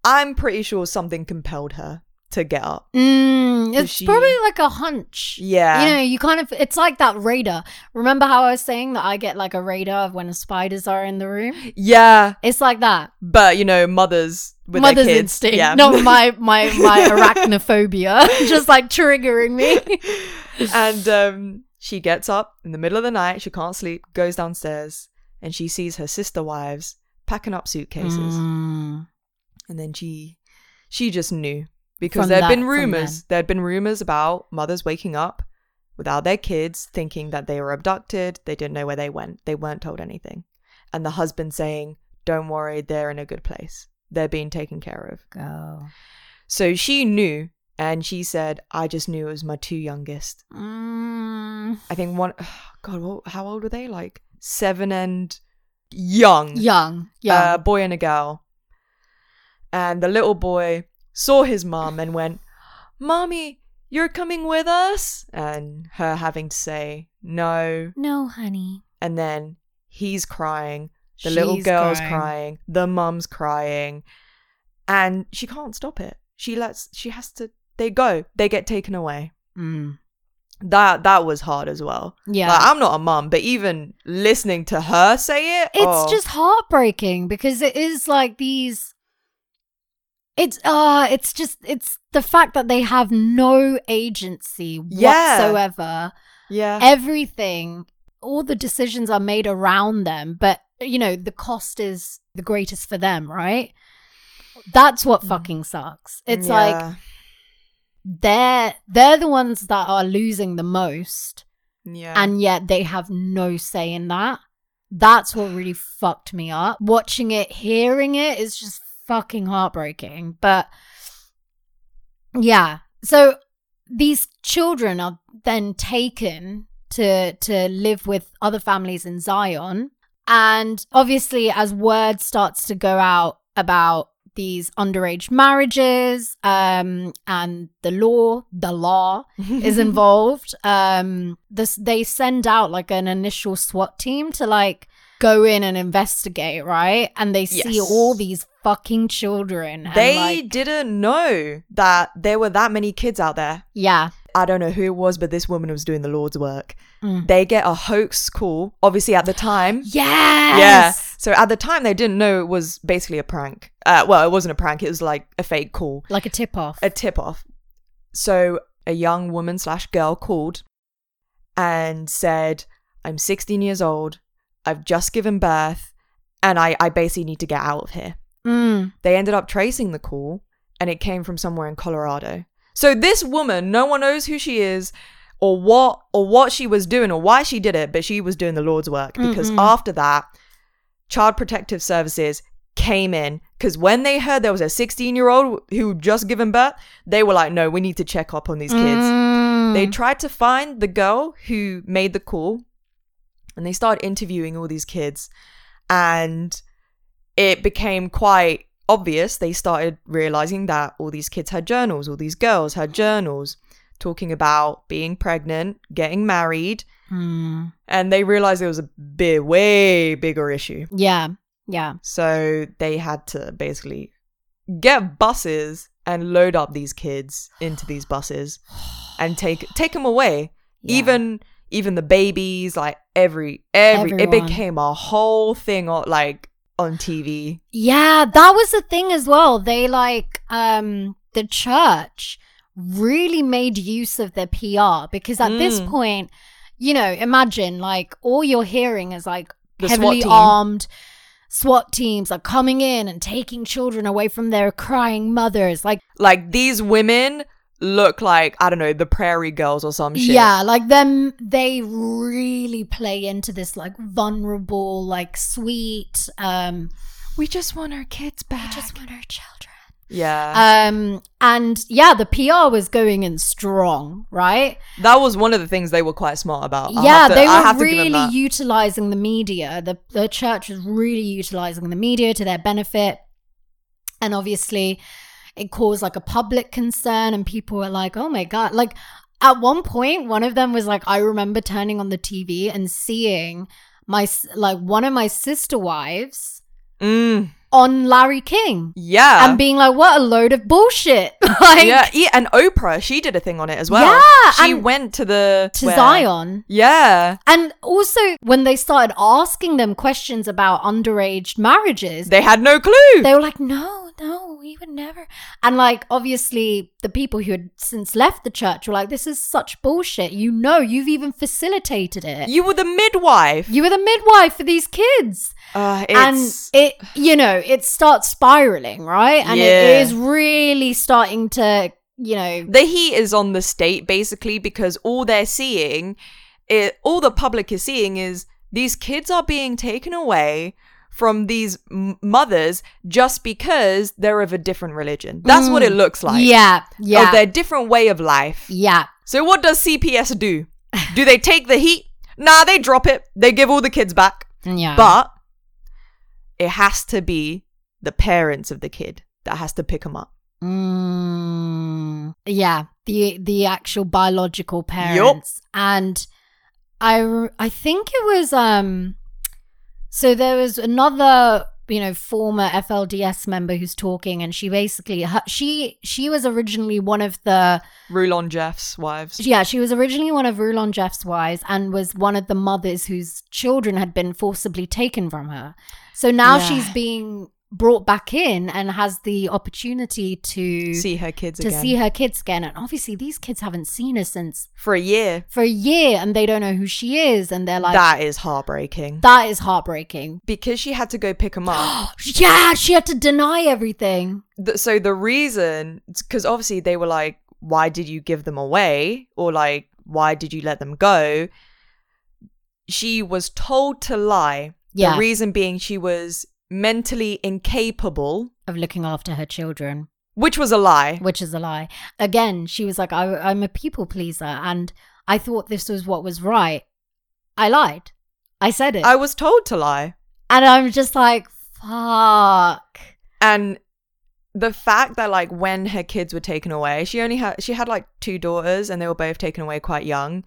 [SPEAKER 2] I'm pretty sure something compelled her to get up.
[SPEAKER 1] Mm, it's
[SPEAKER 2] she-
[SPEAKER 1] probably like a hunch.
[SPEAKER 2] Yeah.
[SPEAKER 1] You know, you kind of, it's like that radar. Remember how I was saying that I get like a radar of when spiders are in the room?
[SPEAKER 2] Yeah.
[SPEAKER 1] It's like that.
[SPEAKER 2] But you know, mothers with
[SPEAKER 1] Mother's
[SPEAKER 2] their kids.
[SPEAKER 1] instinct,
[SPEAKER 2] Yeah.
[SPEAKER 1] not my my my arachnophobia, just like triggering me.
[SPEAKER 2] and um, she gets up in the middle of the night. She can't sleep. Goes downstairs and she sees her sister wives packing up suitcases.
[SPEAKER 1] Mm.
[SPEAKER 2] And then she, she just knew because
[SPEAKER 1] From
[SPEAKER 2] there had
[SPEAKER 1] that-
[SPEAKER 2] been
[SPEAKER 1] from
[SPEAKER 2] rumors. There had been rumors about mothers waking up without their kids, thinking that they were abducted. They didn't know where they went. They weren't told anything. And the husband saying, "Don't worry, they're in a good place. They're being taken care of."
[SPEAKER 1] Go.
[SPEAKER 2] So she knew, and she said, "I just knew it was my two youngest."
[SPEAKER 1] Mm.
[SPEAKER 2] I think one, God, what, how old were they? Like seven and young.
[SPEAKER 1] Young, young.
[SPEAKER 2] A boy and a girl. And the little boy saw his mum and went, Mommy, you're coming with us? And her having to say no.
[SPEAKER 1] no, honey.
[SPEAKER 2] And then he's crying. The little
[SPEAKER 1] She's
[SPEAKER 2] girl's crying. The mum's crying. And she can't stop it. She lets, she has to, they go, they get taken away.
[SPEAKER 1] Mm.
[SPEAKER 2] That that was hard as well.
[SPEAKER 1] Yeah.
[SPEAKER 2] Like, I'm not a mum, but even listening to her say it,
[SPEAKER 1] it's
[SPEAKER 2] oh.
[SPEAKER 1] just heartbreaking because it is like these it's uh it's just it's the fact that they have no agency
[SPEAKER 2] Yeah. Uh.
[SPEAKER 1] whatsoever
[SPEAKER 2] yeah,
[SPEAKER 1] everything all the decisions are made around them but you know the cost is the greatest for them right that's what
[SPEAKER 2] Mm.
[SPEAKER 1] fucking sucks it's like
[SPEAKER 2] Yeah.
[SPEAKER 1] they're they're the ones that are losing the most
[SPEAKER 2] yeah,
[SPEAKER 1] and yet they have no say in that that's what really fucked me up watching it hearing it is just fucking heartbreaking but yeah so these children are then taken to to live with other families in Zion and obviously as word starts to go out about these underage marriages um and the law the law is involved. Um, this they send out like an initial SWAT team to like go in and investigate, right? And they see
[SPEAKER 2] Yes.
[SPEAKER 1] all these fucking children. and,
[SPEAKER 2] they
[SPEAKER 1] like-
[SPEAKER 2] didn't know that there were that many kids out there.
[SPEAKER 1] yeah,
[SPEAKER 2] I don't know who it was, but this woman was doing the Lord's work.
[SPEAKER 1] Mm.
[SPEAKER 2] They get a hoax call, obviously at the time. Yeah.
[SPEAKER 1] yes,
[SPEAKER 2] So at the time, they didn't know it was basically a prank. Uh, well, it wasn't a prank. It was like a fake call.
[SPEAKER 1] like a tip off.
[SPEAKER 2] a tip off. So a young woman slash girl called and said, I'm 16 years old. I've just given birth and I, I basically need to get out of here.
[SPEAKER 1] Mm.
[SPEAKER 2] They ended up tracing the call and it came from somewhere in Colorado. So this woman, no one knows who she is or what or what she was doing or why she did it, but she was doing the Lord's work because
[SPEAKER 1] Mm-mm.
[SPEAKER 2] after that, Child Protective Services came in because when they heard there was a 16 year old who had just given birth, they were like, no, we need to check up on these kids.
[SPEAKER 1] Mm.
[SPEAKER 2] They tried to find the girl who made the call and they started interviewing all these kids. And it became quite obvious. They started realizing that all these kids had journals, all these girls had journals. talking about being pregnant, getting married,
[SPEAKER 1] Mm.
[SPEAKER 2] and they realized it was a bit, way bigger issue.
[SPEAKER 1] Yeah. Yeah.
[SPEAKER 2] So they had to basically get buses and load up these kids into these buses and take take them away.
[SPEAKER 1] Yeah.
[SPEAKER 2] Even even the babies, like every every it
[SPEAKER 1] Everyone.
[SPEAKER 2] became a whole thing on like on TV.
[SPEAKER 1] Yeah, that was the thing as well. They like um the church really made use of their PR because at this
[SPEAKER 2] Mm.
[SPEAKER 1] point, you know, imagine like all you're hearing is like
[SPEAKER 2] The SWAT
[SPEAKER 1] heavily
[SPEAKER 2] team.
[SPEAKER 1] armed SWAT teams are coming in and taking children away from their crying mothers. Like
[SPEAKER 2] Like these women look like, I don't know, the prairie girls or some Oh, shit.
[SPEAKER 1] yeah, like them they really play into this like vulnerable, like sweet, um
[SPEAKER 2] We just want our kids back.
[SPEAKER 1] just want our children.
[SPEAKER 2] yeah.
[SPEAKER 1] Um, and yeah, the PR was going in strong, right?
[SPEAKER 2] that was one of the things they were quite smart about. I
[SPEAKER 1] yeah,
[SPEAKER 2] have to-
[SPEAKER 1] they
[SPEAKER 2] I have
[SPEAKER 1] were
[SPEAKER 2] to give them
[SPEAKER 1] really
[SPEAKER 2] that.
[SPEAKER 1] utilizing the media. The the church was really utilizing the media to their benefit, and obviously, it caused like a public concern, and people were like, "Oh my god!" Like at one point, one of them was like, "I remember turning on the TV and seeing my s- like one of my sister wives
[SPEAKER 2] Mm,
[SPEAKER 1] on Larry King."
[SPEAKER 2] yeah.
[SPEAKER 1] And being like, what a load of bullshit! like,
[SPEAKER 2] yeah, e- and Oprah, she did a thing on it as well.
[SPEAKER 1] Yeah,
[SPEAKER 2] she
[SPEAKER 1] and-
[SPEAKER 2] went to the
[SPEAKER 1] to
[SPEAKER 2] where-
[SPEAKER 1] Zion.
[SPEAKER 2] Yeah,
[SPEAKER 1] And also, when they started asking them questions about underage marriages,
[SPEAKER 2] they had no clue.
[SPEAKER 1] they were like, no, no, we would never. And like, obviously, the people who had since left the church were like, this is such bullshit. You know, you've even facilitated it.
[SPEAKER 2] you were the midwife.
[SPEAKER 1] You were the midwife for these kids.
[SPEAKER 2] Uh, it's
[SPEAKER 1] and it, you know, it starts spiraling, right? And
[SPEAKER 2] Yeah.
[SPEAKER 1] it is really starting to, you know,
[SPEAKER 2] the heat is on the state basically because all they're seeing, it, all the public is seeing is these kids are being taken away from these m- mothers just because they're of a different religion. That's what it looks like.
[SPEAKER 1] Mm.
[SPEAKER 2] oh,
[SPEAKER 1] yeah, yeah,
[SPEAKER 2] Of their different way of life.
[SPEAKER 1] yeah.
[SPEAKER 2] So what does CPS do? Do they take the heat? Nah, they drop it. They give all the kids back.
[SPEAKER 1] Yeah.
[SPEAKER 2] But it has to be the parents of the kid that has to pick them up.
[SPEAKER 1] Mm, yeah, the the actual biological parents and I re- I think it was um so there was another you know former FLDS member who's talking and she basically her, she she was originally one of the
[SPEAKER 2] Rulon Jeff's wives.
[SPEAKER 1] yeah she was originally one of Rulon Jeff's wives and was one of the mothers whose children had been forcibly taken from her. So now
[SPEAKER 2] Yeah.
[SPEAKER 1] she's being brought back in and has the opportunity to
[SPEAKER 2] See her kids
[SPEAKER 1] to
[SPEAKER 2] again.
[SPEAKER 1] see her kids again. And obviously, these kids haven't seen her since
[SPEAKER 2] For a year.
[SPEAKER 1] for a year and they don't know who she is. And they're like,
[SPEAKER 2] that is heartbreaking.
[SPEAKER 1] that is heartbreaking.
[SPEAKER 2] because she had to go pick them up.
[SPEAKER 1] yeah, she had to deny everything.
[SPEAKER 2] th- so the reason because obviously they were like why did you give them away or like why did you let them go she was told to lie
[SPEAKER 1] Yeah.
[SPEAKER 2] the reason being she was mentally incapable
[SPEAKER 1] Of looking after her children,
[SPEAKER 2] which was a lie
[SPEAKER 1] which is a lie. Again, she was like, I, I'm a people pleaser and I thought this was what was right. I lied. I said it.
[SPEAKER 2] i was told to lie
[SPEAKER 1] and I'm just like, fuck.
[SPEAKER 2] and the fact that like when her kids were taken away she only had she had like two daughters and they were both taken away quite young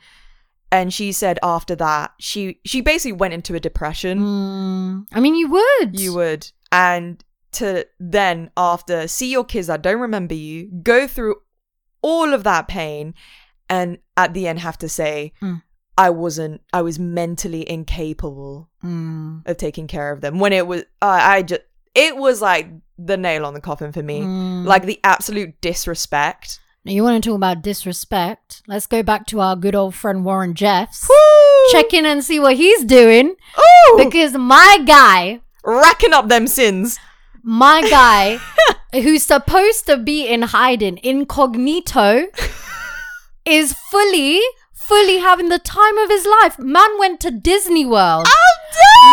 [SPEAKER 2] and she said after that she she basically went into a depression
[SPEAKER 1] Mm. I mean, you would.
[SPEAKER 2] You would. And to then, after see your kids that don't remember you, go through all of that pain, and at the end have to say,
[SPEAKER 1] Mm.
[SPEAKER 2] I wasn't, I was mentally incapable
[SPEAKER 1] Mm.
[SPEAKER 2] of taking care of them. When it was, I I just, it was like the nail on the coffin for me.
[SPEAKER 1] Mm.
[SPEAKER 2] Like the absolute disrespect.
[SPEAKER 1] Now, you want to talk about disrespect? Let's go back to our good old friend Warren Jeffs. Check in and see what he's doing
[SPEAKER 2] Ooh!
[SPEAKER 1] because my guy,
[SPEAKER 2] Racking up them sins.
[SPEAKER 1] my guy, who's supposed to be in hiding incognito, is fully, fully having the time of his life. Man went to Disney World.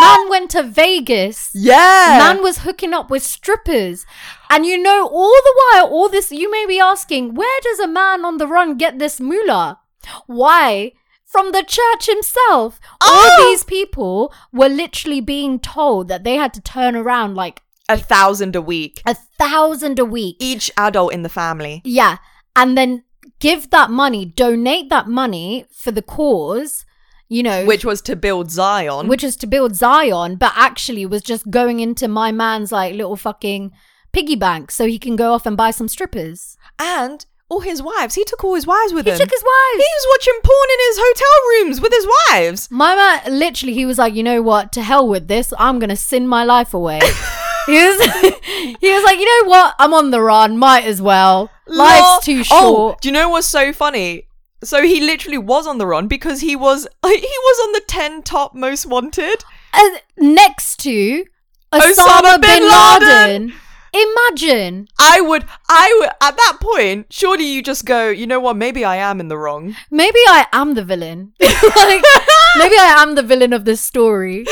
[SPEAKER 1] Man went to Vegas.
[SPEAKER 2] Yeah.
[SPEAKER 1] Man was hooking up with strippers. And you know, all the while, all this, you may be asking, where does a man on the run get this moolah? Why? From the church himself.
[SPEAKER 2] Oh!
[SPEAKER 1] All these people were literally being told that they had to turn around like
[SPEAKER 2] a thousand a week.
[SPEAKER 1] a thousand a week.
[SPEAKER 2] Each adult in the family.
[SPEAKER 1] Yeah. And then give that money, donate that money for the cause, you know,
[SPEAKER 2] which was to build Zion.
[SPEAKER 1] which is to build Zion, but actually was just going into my man's like little fucking piggy bank so he can go off and buy some strippers.
[SPEAKER 2] and all his wives. He took all his wives with
[SPEAKER 1] He
[SPEAKER 2] him.
[SPEAKER 1] took his wives.
[SPEAKER 2] he was watching porn in his hotel rooms with his wives.
[SPEAKER 1] My man, literally, he was like, you know what? To hell with this. I'm gonna sin my life away. he was, he was like, you know what? I'm on the run. Might as well.
[SPEAKER 2] Lol.
[SPEAKER 1] Life's too
[SPEAKER 2] Oh,
[SPEAKER 1] short.
[SPEAKER 2] do you know what's so funny? So he literally was on the run because he was he was on the ten top most wanted.
[SPEAKER 1] And next to Osama,
[SPEAKER 2] Osama
[SPEAKER 1] bin,
[SPEAKER 2] bin
[SPEAKER 1] Laden. Imagine,
[SPEAKER 2] I would, I would at that point. Surely you just go. You know what? Maybe I am in the wrong.
[SPEAKER 1] maybe I am the villain. like, maybe I am the villain of this story.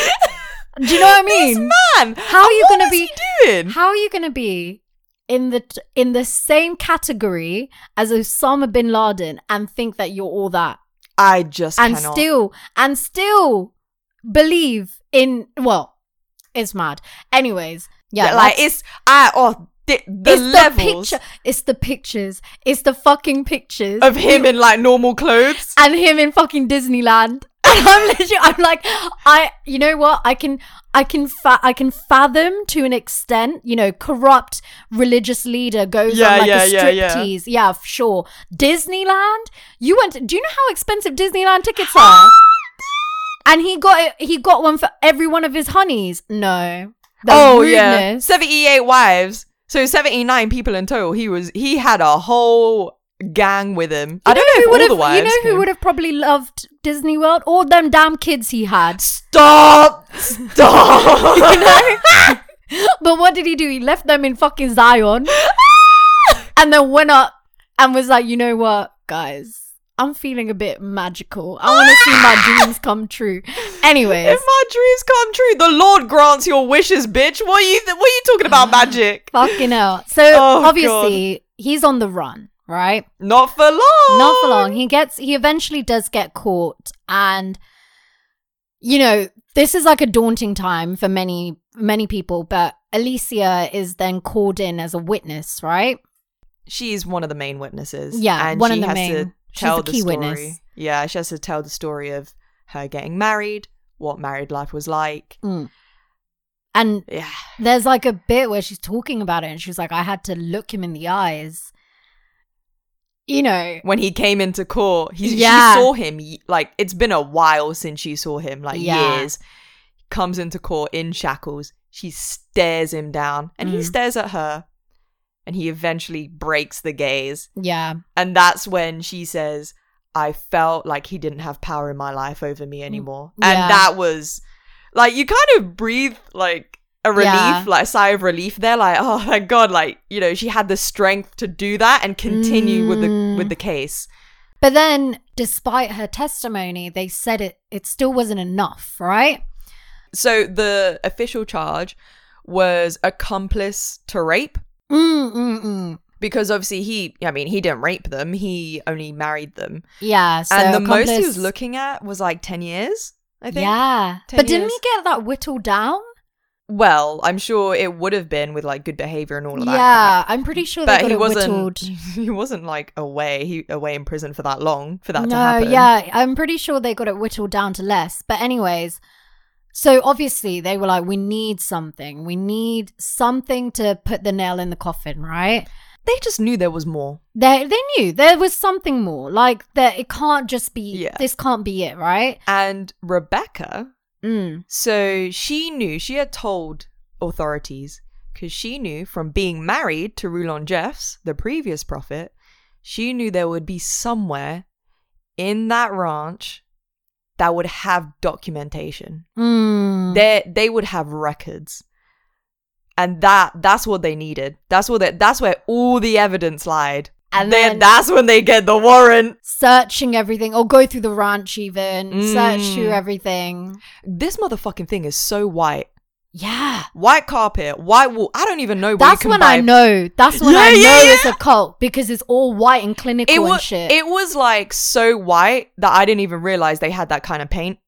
[SPEAKER 1] Do you know what I
[SPEAKER 2] This
[SPEAKER 1] mean?
[SPEAKER 2] man,
[SPEAKER 1] How are you
[SPEAKER 2] what
[SPEAKER 1] gonna
[SPEAKER 2] was
[SPEAKER 1] be-
[SPEAKER 2] he doing?
[SPEAKER 1] How are you going to be in the t- in the same category as Osama bin Laden and think that you're all that?
[SPEAKER 2] I just
[SPEAKER 1] and
[SPEAKER 2] cannot.
[SPEAKER 1] still and still believe in well it's mad anyways yeah
[SPEAKER 2] like
[SPEAKER 1] that's-
[SPEAKER 2] it's I oh the, the
[SPEAKER 1] it's
[SPEAKER 2] levels
[SPEAKER 1] the picture it's the pictures it's the fucking pictures
[SPEAKER 2] of him in like normal clothes.
[SPEAKER 1] and him in fucking disneyland and i'm literally i'm like i you know what i can i can fa- i can fathom to an extent you know corrupt religious leader goes
[SPEAKER 2] Yeah,
[SPEAKER 1] on like
[SPEAKER 2] yeah,
[SPEAKER 1] a
[SPEAKER 2] yeah, yeah.
[SPEAKER 1] striptease yeah, f- sure disneyland you went do you know how expensive disneyland tickets are and he got it, he got one for every one of his honeys no That's
[SPEAKER 2] oh yeah,
[SPEAKER 1] rudeness.
[SPEAKER 2] seventy eight wives. So seventy nine people in total. He was he had a whole gang with him. I
[SPEAKER 1] You
[SPEAKER 2] don't know if
[SPEAKER 1] who
[SPEAKER 2] all
[SPEAKER 1] would've-
[SPEAKER 2] the wives.
[SPEAKER 1] you know who
[SPEAKER 2] came.
[SPEAKER 1] would have probably loved Disney World? All them damn kids he had.
[SPEAKER 2] Stop! Stop!
[SPEAKER 1] But what did he do? He left them in fucking Zion and then went up and was like, you know what, guys? I'm feeling a bit magical. I want to see my dreams come true. Anyways,
[SPEAKER 2] If my dreams come true, the Lord grants your wishes, bitch. What are you? Th- what are you talking about, magic?
[SPEAKER 1] fucking hell. So
[SPEAKER 2] Oh, God.
[SPEAKER 1] obviously, he's on the run, right?
[SPEAKER 2] Not for long.
[SPEAKER 1] Not for long. He gets, he eventually does get caught. And, you know, this is like a daunting time for many, many people. But Alicia is then called in as a witness, right?
[SPEAKER 2] She's one of the main witnesses.
[SPEAKER 1] Yeah,
[SPEAKER 2] and
[SPEAKER 1] one
[SPEAKER 2] she
[SPEAKER 1] of the
[SPEAKER 2] has
[SPEAKER 1] main-
[SPEAKER 2] To
[SPEAKER 1] she's
[SPEAKER 2] tell
[SPEAKER 1] a key
[SPEAKER 2] the story.
[SPEAKER 1] witness.
[SPEAKER 2] Yeah, she has to tell the story of her getting married, what married life was like.
[SPEAKER 1] Mm. And
[SPEAKER 2] Yeah,
[SPEAKER 1] There's like a bit where she's talking about it and she's like, I had to look him in the eyes. You know,
[SPEAKER 2] when he came into court, he
[SPEAKER 1] Yeah.
[SPEAKER 2] she saw him. y- Like it's been a while since she saw him, like
[SPEAKER 1] Yeah.
[SPEAKER 2] years. Comes into court in shackles. She stares him down, and he
[SPEAKER 1] Mm.
[SPEAKER 2] stares at her. And he eventually breaks the gaze,
[SPEAKER 1] yeah,
[SPEAKER 2] and that's when she says, "I felt like he didn't have power in my life over me anymore,"
[SPEAKER 1] Mm, yeah.
[SPEAKER 2] and that was like you kind of breathe like a relief,
[SPEAKER 1] Yeah.
[SPEAKER 2] like a sigh of relief. There, like oh thank God, like you know she had the strength to do that and continue with the
[SPEAKER 1] Mm.
[SPEAKER 2] with the case.
[SPEAKER 1] But then, despite her testimony, they said it it still wasn't enough, right?
[SPEAKER 2] So the official charge was accomplice to rape
[SPEAKER 1] Mm, mm, mm.
[SPEAKER 2] because obviously he, I mean, he didn't rape them; he only married them.
[SPEAKER 1] Yeah. So
[SPEAKER 2] and the most he
[SPEAKER 1] accomplice-
[SPEAKER 2] was looking at was like ten years, I think.
[SPEAKER 1] Yeah.
[SPEAKER 2] 10
[SPEAKER 1] But didn't
[SPEAKER 2] years.
[SPEAKER 1] we get that whittled down?
[SPEAKER 2] Well, I'm sure it would have been with like good behavior and all of that. crap.
[SPEAKER 1] Yeah. I'm pretty sure they
[SPEAKER 2] but
[SPEAKER 1] got
[SPEAKER 2] he
[SPEAKER 1] it
[SPEAKER 2] wasn't.
[SPEAKER 1] whittled.
[SPEAKER 2] He wasn't like away. He away in prison for that long for that to
[SPEAKER 1] No,
[SPEAKER 2] happen.
[SPEAKER 1] yeah, I'm pretty sure they got it whittled down to less. But anyways, so obviously they were like, we need something. We need something to put the nail in the coffin, right?
[SPEAKER 2] they just knew there was more.
[SPEAKER 1] They they knew there was something more. Like that, it can't just be.
[SPEAKER 2] Yeah.
[SPEAKER 1] This can't be it, right?
[SPEAKER 2] And Rebecca,
[SPEAKER 1] Mm.
[SPEAKER 2] so she knew she had told authorities because she knew from being married to Rulon Jeffs, the previous prophet, she knew there would be somewhere in that ranch that would have documentation.
[SPEAKER 1] Mm.
[SPEAKER 2] they they would have records and that that's what they needed that's what they, that's where all the evidence lied
[SPEAKER 1] And
[SPEAKER 2] and then,
[SPEAKER 1] then-
[SPEAKER 2] that's when they get the warrant
[SPEAKER 1] Searching everything, or go through the ranch even. Search
[SPEAKER 2] Mm.
[SPEAKER 1] through everything.
[SPEAKER 2] this motherfucking thing is so white
[SPEAKER 1] Yeah.
[SPEAKER 2] white carpet white wall i don't even know where you
[SPEAKER 1] That's
[SPEAKER 2] can
[SPEAKER 1] when
[SPEAKER 2] buy
[SPEAKER 1] I know. That's when
[SPEAKER 2] Yeah,
[SPEAKER 1] I know
[SPEAKER 2] yeah,
[SPEAKER 1] it's a cult because it's all white and clinical
[SPEAKER 2] it
[SPEAKER 1] and
[SPEAKER 2] was
[SPEAKER 1] shit.
[SPEAKER 2] it was like so white that i didn't even realize they had that kind of paint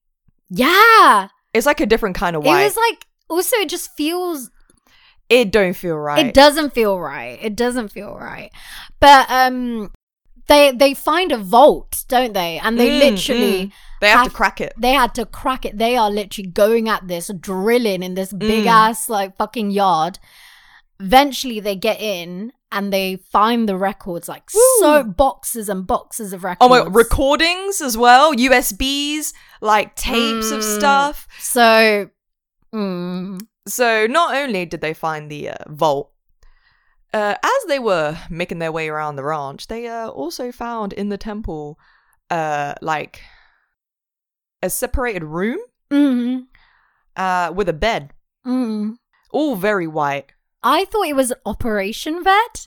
[SPEAKER 1] yeah.
[SPEAKER 2] it's like a different kind of
[SPEAKER 1] It
[SPEAKER 2] white it,
[SPEAKER 1] was like also it just feels
[SPEAKER 2] don't feel right
[SPEAKER 1] it doesn't feel right. It doesn't feel right. But um they they find a vault, don't they? And they
[SPEAKER 2] Mm,
[SPEAKER 1] literally
[SPEAKER 2] mm. They have,
[SPEAKER 1] have-
[SPEAKER 2] to crack it.
[SPEAKER 1] they had to crack it. They are literally going at this, drilling in this big
[SPEAKER 2] Mm.
[SPEAKER 1] ass like fucking yard. Eventually, they get in and they find the records, like so boxes and boxes of records.
[SPEAKER 2] Oh my, recordings as well, USBs, like tapes of
[SPEAKER 1] Mm.
[SPEAKER 2] stuff.
[SPEAKER 1] So, mm,
[SPEAKER 2] So not only did they find the uh, vault, uh, as they were making their way around the ranch, they uh, also found in the temple, uh, like a separated room
[SPEAKER 1] mm,
[SPEAKER 2] uh, with a bed,
[SPEAKER 1] mm.
[SPEAKER 2] all very white.
[SPEAKER 1] I thought it was an Operation Vet.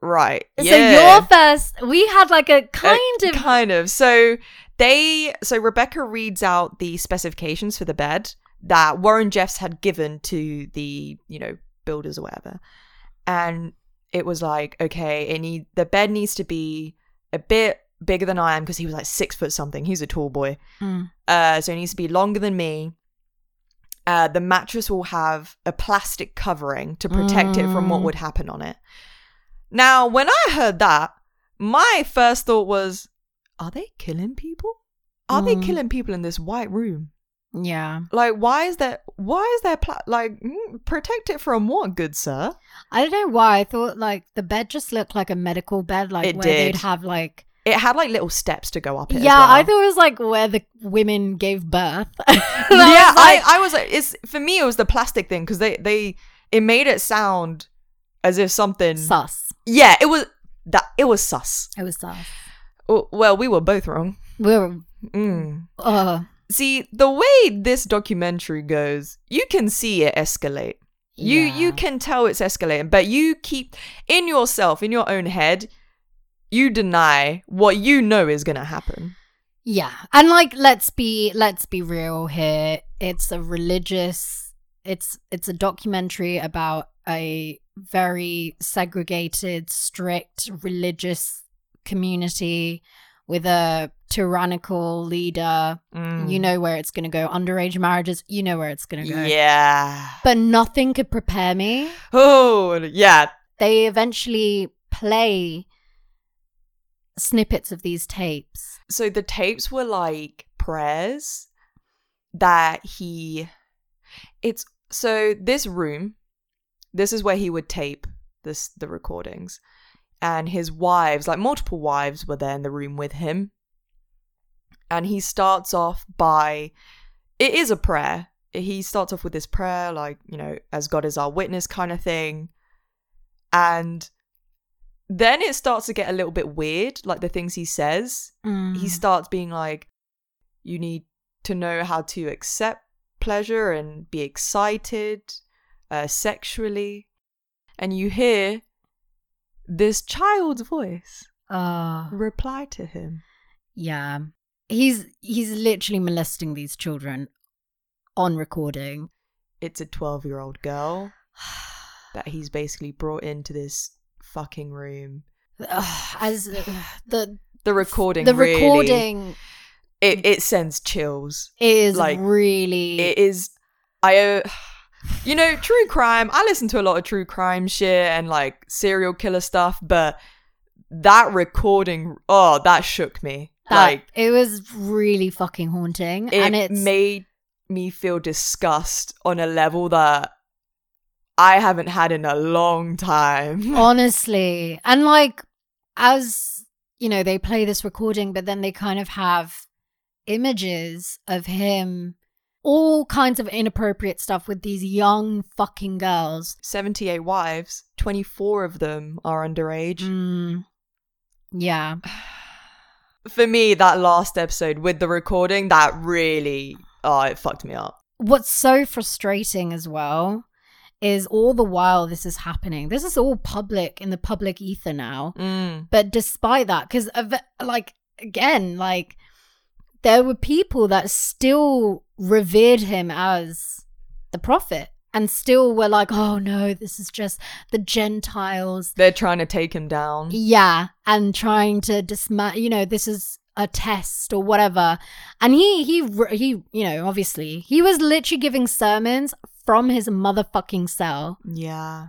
[SPEAKER 2] Right.
[SPEAKER 1] So
[SPEAKER 2] yeah.
[SPEAKER 1] your first, we had like a
[SPEAKER 2] Uh,
[SPEAKER 1] kind of
[SPEAKER 2] kind of. So they, so Rebecca reads out the specifications for the bed that Warren Jeffs had given to the, you know, builders or whatever, and it was like, okay, it need the bed needs to be a bit bigger than I am because he was like six foot something. He's a tall boy,
[SPEAKER 1] Mm.
[SPEAKER 2] uh, so it needs to be longer than me. Uh, the mattress will have a plastic covering to protect it from what
[SPEAKER 1] Mm.
[SPEAKER 2] would happen on it. Now, when I heard that, my first thought was, are they killing people? Are they
[SPEAKER 1] Mm.
[SPEAKER 2] killing people in this white room?
[SPEAKER 1] yeah.
[SPEAKER 2] Like, why is there, why is there, pla- like, mm, protect it from what, good sir?
[SPEAKER 1] I don't know why. I thought like the bed just looked like a medical bed, like
[SPEAKER 2] It
[SPEAKER 1] where
[SPEAKER 2] did.
[SPEAKER 1] they'd have like
[SPEAKER 2] It had, like, little steps to go up it. as
[SPEAKER 1] Yeah, I
[SPEAKER 2] well.
[SPEAKER 1] thought it was like where the women gave birth.
[SPEAKER 2] yeah, I,
[SPEAKER 1] like,
[SPEAKER 2] I was like, it's for me. It was the plastic thing because they they it made it sound as if something.
[SPEAKER 1] sus.
[SPEAKER 2] yeah, it was that it was sus.
[SPEAKER 1] It was sus.
[SPEAKER 2] W- Well, we were both wrong.
[SPEAKER 1] We were,
[SPEAKER 2] Mm.
[SPEAKER 1] uh,
[SPEAKER 2] See the way this documentary goes, you can see it escalate. You you
[SPEAKER 1] yeah.
[SPEAKER 2] can tell it's escalating, but you keep in yourself in your own head. You deny what you know is going to happen.
[SPEAKER 1] yeah, and like let's be let's be real here. It's a religious. It's it's a documentary about a very segregated, strict religious community with a tyrannical leader.
[SPEAKER 2] Mm.
[SPEAKER 1] You know where it's going to go. Underage marriages. You know where it's going to go.
[SPEAKER 2] Yeah.
[SPEAKER 1] But nothing could prepare me.
[SPEAKER 2] Oh, yeah.
[SPEAKER 1] they eventually play snippets of these tapes.
[SPEAKER 2] so the tapes were like prayers that he it's so this room this is where he would tape this the recordings and his wives like multiple wives were there in the room with him and he starts off by it is a prayer he starts off with this prayer like you know as god is our witness kind of thing and then it starts to get a little bit weird like the things he says
[SPEAKER 1] Mm.
[SPEAKER 2] he starts being like, you need to know how to accept pleasure and be excited uh, sexually. And you hear this child's voice
[SPEAKER 1] uh,
[SPEAKER 2] reply to him.
[SPEAKER 1] yeah. He's he's literally molesting these children on recording.
[SPEAKER 2] It's a 12 year old girl that he's basically brought into this fucking room.
[SPEAKER 1] Ugh, as the
[SPEAKER 2] The recording,
[SPEAKER 1] the
[SPEAKER 2] really-
[SPEAKER 1] recording
[SPEAKER 2] it, it sends chills.
[SPEAKER 1] is
[SPEAKER 2] Like,
[SPEAKER 1] really
[SPEAKER 2] it is i uh, you know true crime i listen to a lot of true crime shit and like serial killer stuff but that recording oh that shook me
[SPEAKER 1] that-
[SPEAKER 2] like
[SPEAKER 1] it was really fucking haunting,
[SPEAKER 2] it
[SPEAKER 1] and it's
[SPEAKER 2] made me feel disgust on a level that i haven't had in a long time
[SPEAKER 1] honestly and like as you know they play this recording but then they kind of have images of him all kinds of inappropriate stuff with these young fucking girls
[SPEAKER 2] 78 wives 24 of them are underage
[SPEAKER 1] Mm. yeah
[SPEAKER 2] for me that last episode with the recording that really oh it fucked me up
[SPEAKER 1] what's so frustrating as well is all the while this is happening this is all public in the public ether now
[SPEAKER 2] mm.
[SPEAKER 1] but despite that because like again like there were people that still revered him as the prophet and still were like oh no this is just the gentiles
[SPEAKER 2] They're trying to take him down.
[SPEAKER 1] yeah and trying to dismantle you know this is a test or whatever and he he r- he you know obviously he was literally giving sermons from his motherfucking cell
[SPEAKER 2] Yeah.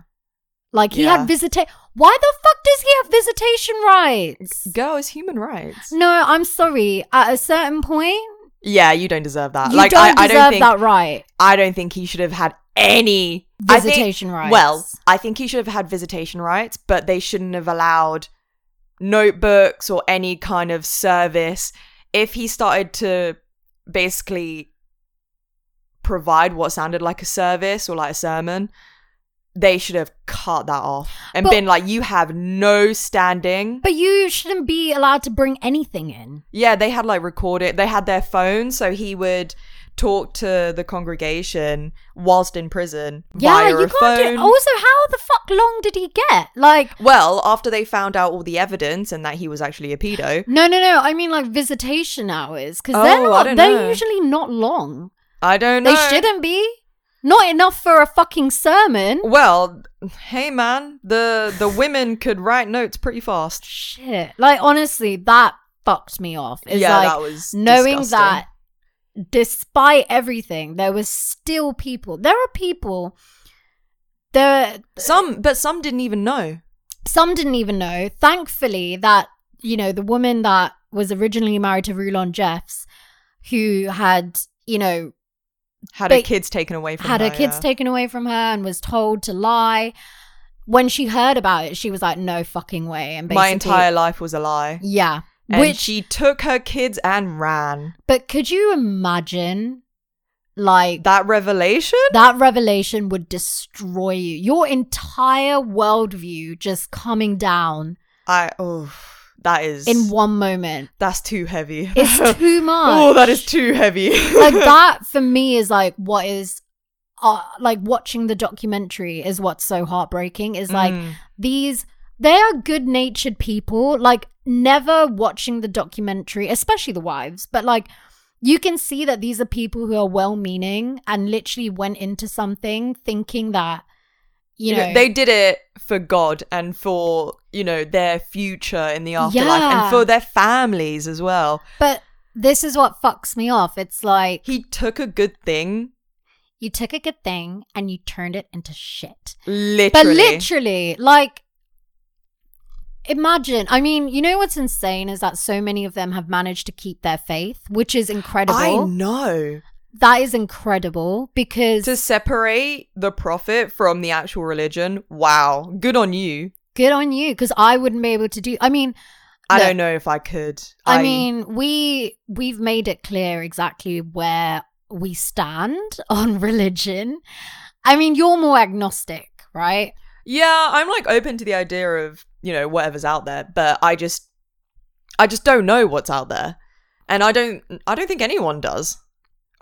[SPEAKER 1] Like he
[SPEAKER 2] Yeah.
[SPEAKER 1] had visitation. Why the fuck does he have visitation rights?
[SPEAKER 2] Girl, it's human rights.
[SPEAKER 1] No, I'm sorry. At a certain point,
[SPEAKER 2] Yeah, you don't deserve that.
[SPEAKER 1] you
[SPEAKER 2] Uh, like
[SPEAKER 1] don't
[SPEAKER 2] I, I
[SPEAKER 1] deserve
[SPEAKER 2] don't think
[SPEAKER 1] that right.
[SPEAKER 2] I don't think he should have had any I think-
[SPEAKER 1] Visitation rights.
[SPEAKER 2] Well, I think he should have had visitation rights, but they shouldn't have allowed notebooks or any kind of service. If he started to basically provide what sounded like a service or like a sermon, they should have cut that off and
[SPEAKER 1] But-
[SPEAKER 2] been like, you have no standing.
[SPEAKER 1] but you shouldn't be allowed to bring anything in.
[SPEAKER 2] Yeah, they had like recorded. They had their phone, so he would talk to the congregation whilst in prison
[SPEAKER 1] Yeah,
[SPEAKER 2] via
[SPEAKER 1] you
[SPEAKER 2] a
[SPEAKER 1] can't
[SPEAKER 2] phone.
[SPEAKER 1] do. Also, how the fuck long did he get? Like,
[SPEAKER 2] well, after they found out all the evidence and that he was actually a pedo,
[SPEAKER 1] no, no, no. I mean, like visitation hours because
[SPEAKER 2] Oh,
[SPEAKER 1] they're
[SPEAKER 2] I
[SPEAKER 1] not.
[SPEAKER 2] don't
[SPEAKER 1] They're
[SPEAKER 2] know.
[SPEAKER 1] usually not long.
[SPEAKER 2] I don't know.
[SPEAKER 1] They shouldn't be. Not enough for a fucking sermon.
[SPEAKER 2] Well, hey man, the the women could write notes pretty fast.
[SPEAKER 1] Shit. Like honestly, that fucked me off. It's
[SPEAKER 2] yeah,
[SPEAKER 1] like
[SPEAKER 2] that was
[SPEAKER 1] knowing
[SPEAKER 2] disgusting.
[SPEAKER 1] that despite everything, there was still people. There are people there
[SPEAKER 2] some, but some didn't even know.
[SPEAKER 1] some didn't even know. Thankfully, that you know the woman that was originally married to Rulon Jeffs, who had you know
[SPEAKER 2] Had her
[SPEAKER 1] But-
[SPEAKER 2] kids taken away from
[SPEAKER 1] had her
[SPEAKER 2] her
[SPEAKER 1] kids
[SPEAKER 2] yeah.
[SPEAKER 1] taken away from her and was told to lie. When she heard about it, she was like, "No fucking way!" And
[SPEAKER 2] My
[SPEAKER 1] basically-
[SPEAKER 2] entire life was a lie.
[SPEAKER 1] yeah.
[SPEAKER 2] And
[SPEAKER 1] Which,
[SPEAKER 2] she took her kids and ran.
[SPEAKER 1] but could you imagine, like
[SPEAKER 2] That revelation?
[SPEAKER 1] that revelation would destroy you. Your entire worldview just coming down
[SPEAKER 2] I oh, that is
[SPEAKER 1] in one moment.
[SPEAKER 2] that's too heavy.
[SPEAKER 1] It's too much.
[SPEAKER 2] oh, that is too heavy.
[SPEAKER 1] like that for me is like what is uh, like watching the documentary is what's so heartbreaking is like
[SPEAKER 2] Mm.
[SPEAKER 1] these they are good-natured people like never watching the documentary especially the wives but like you can see that these are people who are well-meaning and literally went into something thinking that you know
[SPEAKER 2] they did it for God and for you know their future in the afterlife
[SPEAKER 1] Yeah.
[SPEAKER 2] and for their families as well.
[SPEAKER 1] but this is what fucks me off it's like
[SPEAKER 2] He took a good thing,
[SPEAKER 1] you took a good thing and you turned it into shit But
[SPEAKER 2] literally.
[SPEAKER 1] literally, like, imagine. I mean, you know what's insane is that so many of them have managed to keep their faith, which is
[SPEAKER 2] I
[SPEAKER 1] incredible.
[SPEAKER 2] know
[SPEAKER 1] that is incredible because
[SPEAKER 2] to separate the prophet from the actual religion. Wow, good on you.
[SPEAKER 1] good on you. Because I wouldn't be able to do. I mean,
[SPEAKER 2] I
[SPEAKER 1] Look,
[SPEAKER 2] don't know if I could.
[SPEAKER 1] I mean, we we've made it clear exactly where we stand on religion. I mean, you're more agnostic, right?
[SPEAKER 2] Yeah, I'm like open to the idea of, you know, whatever's out there, but I just I just don't know what's out there. And I don't I don't think anyone does.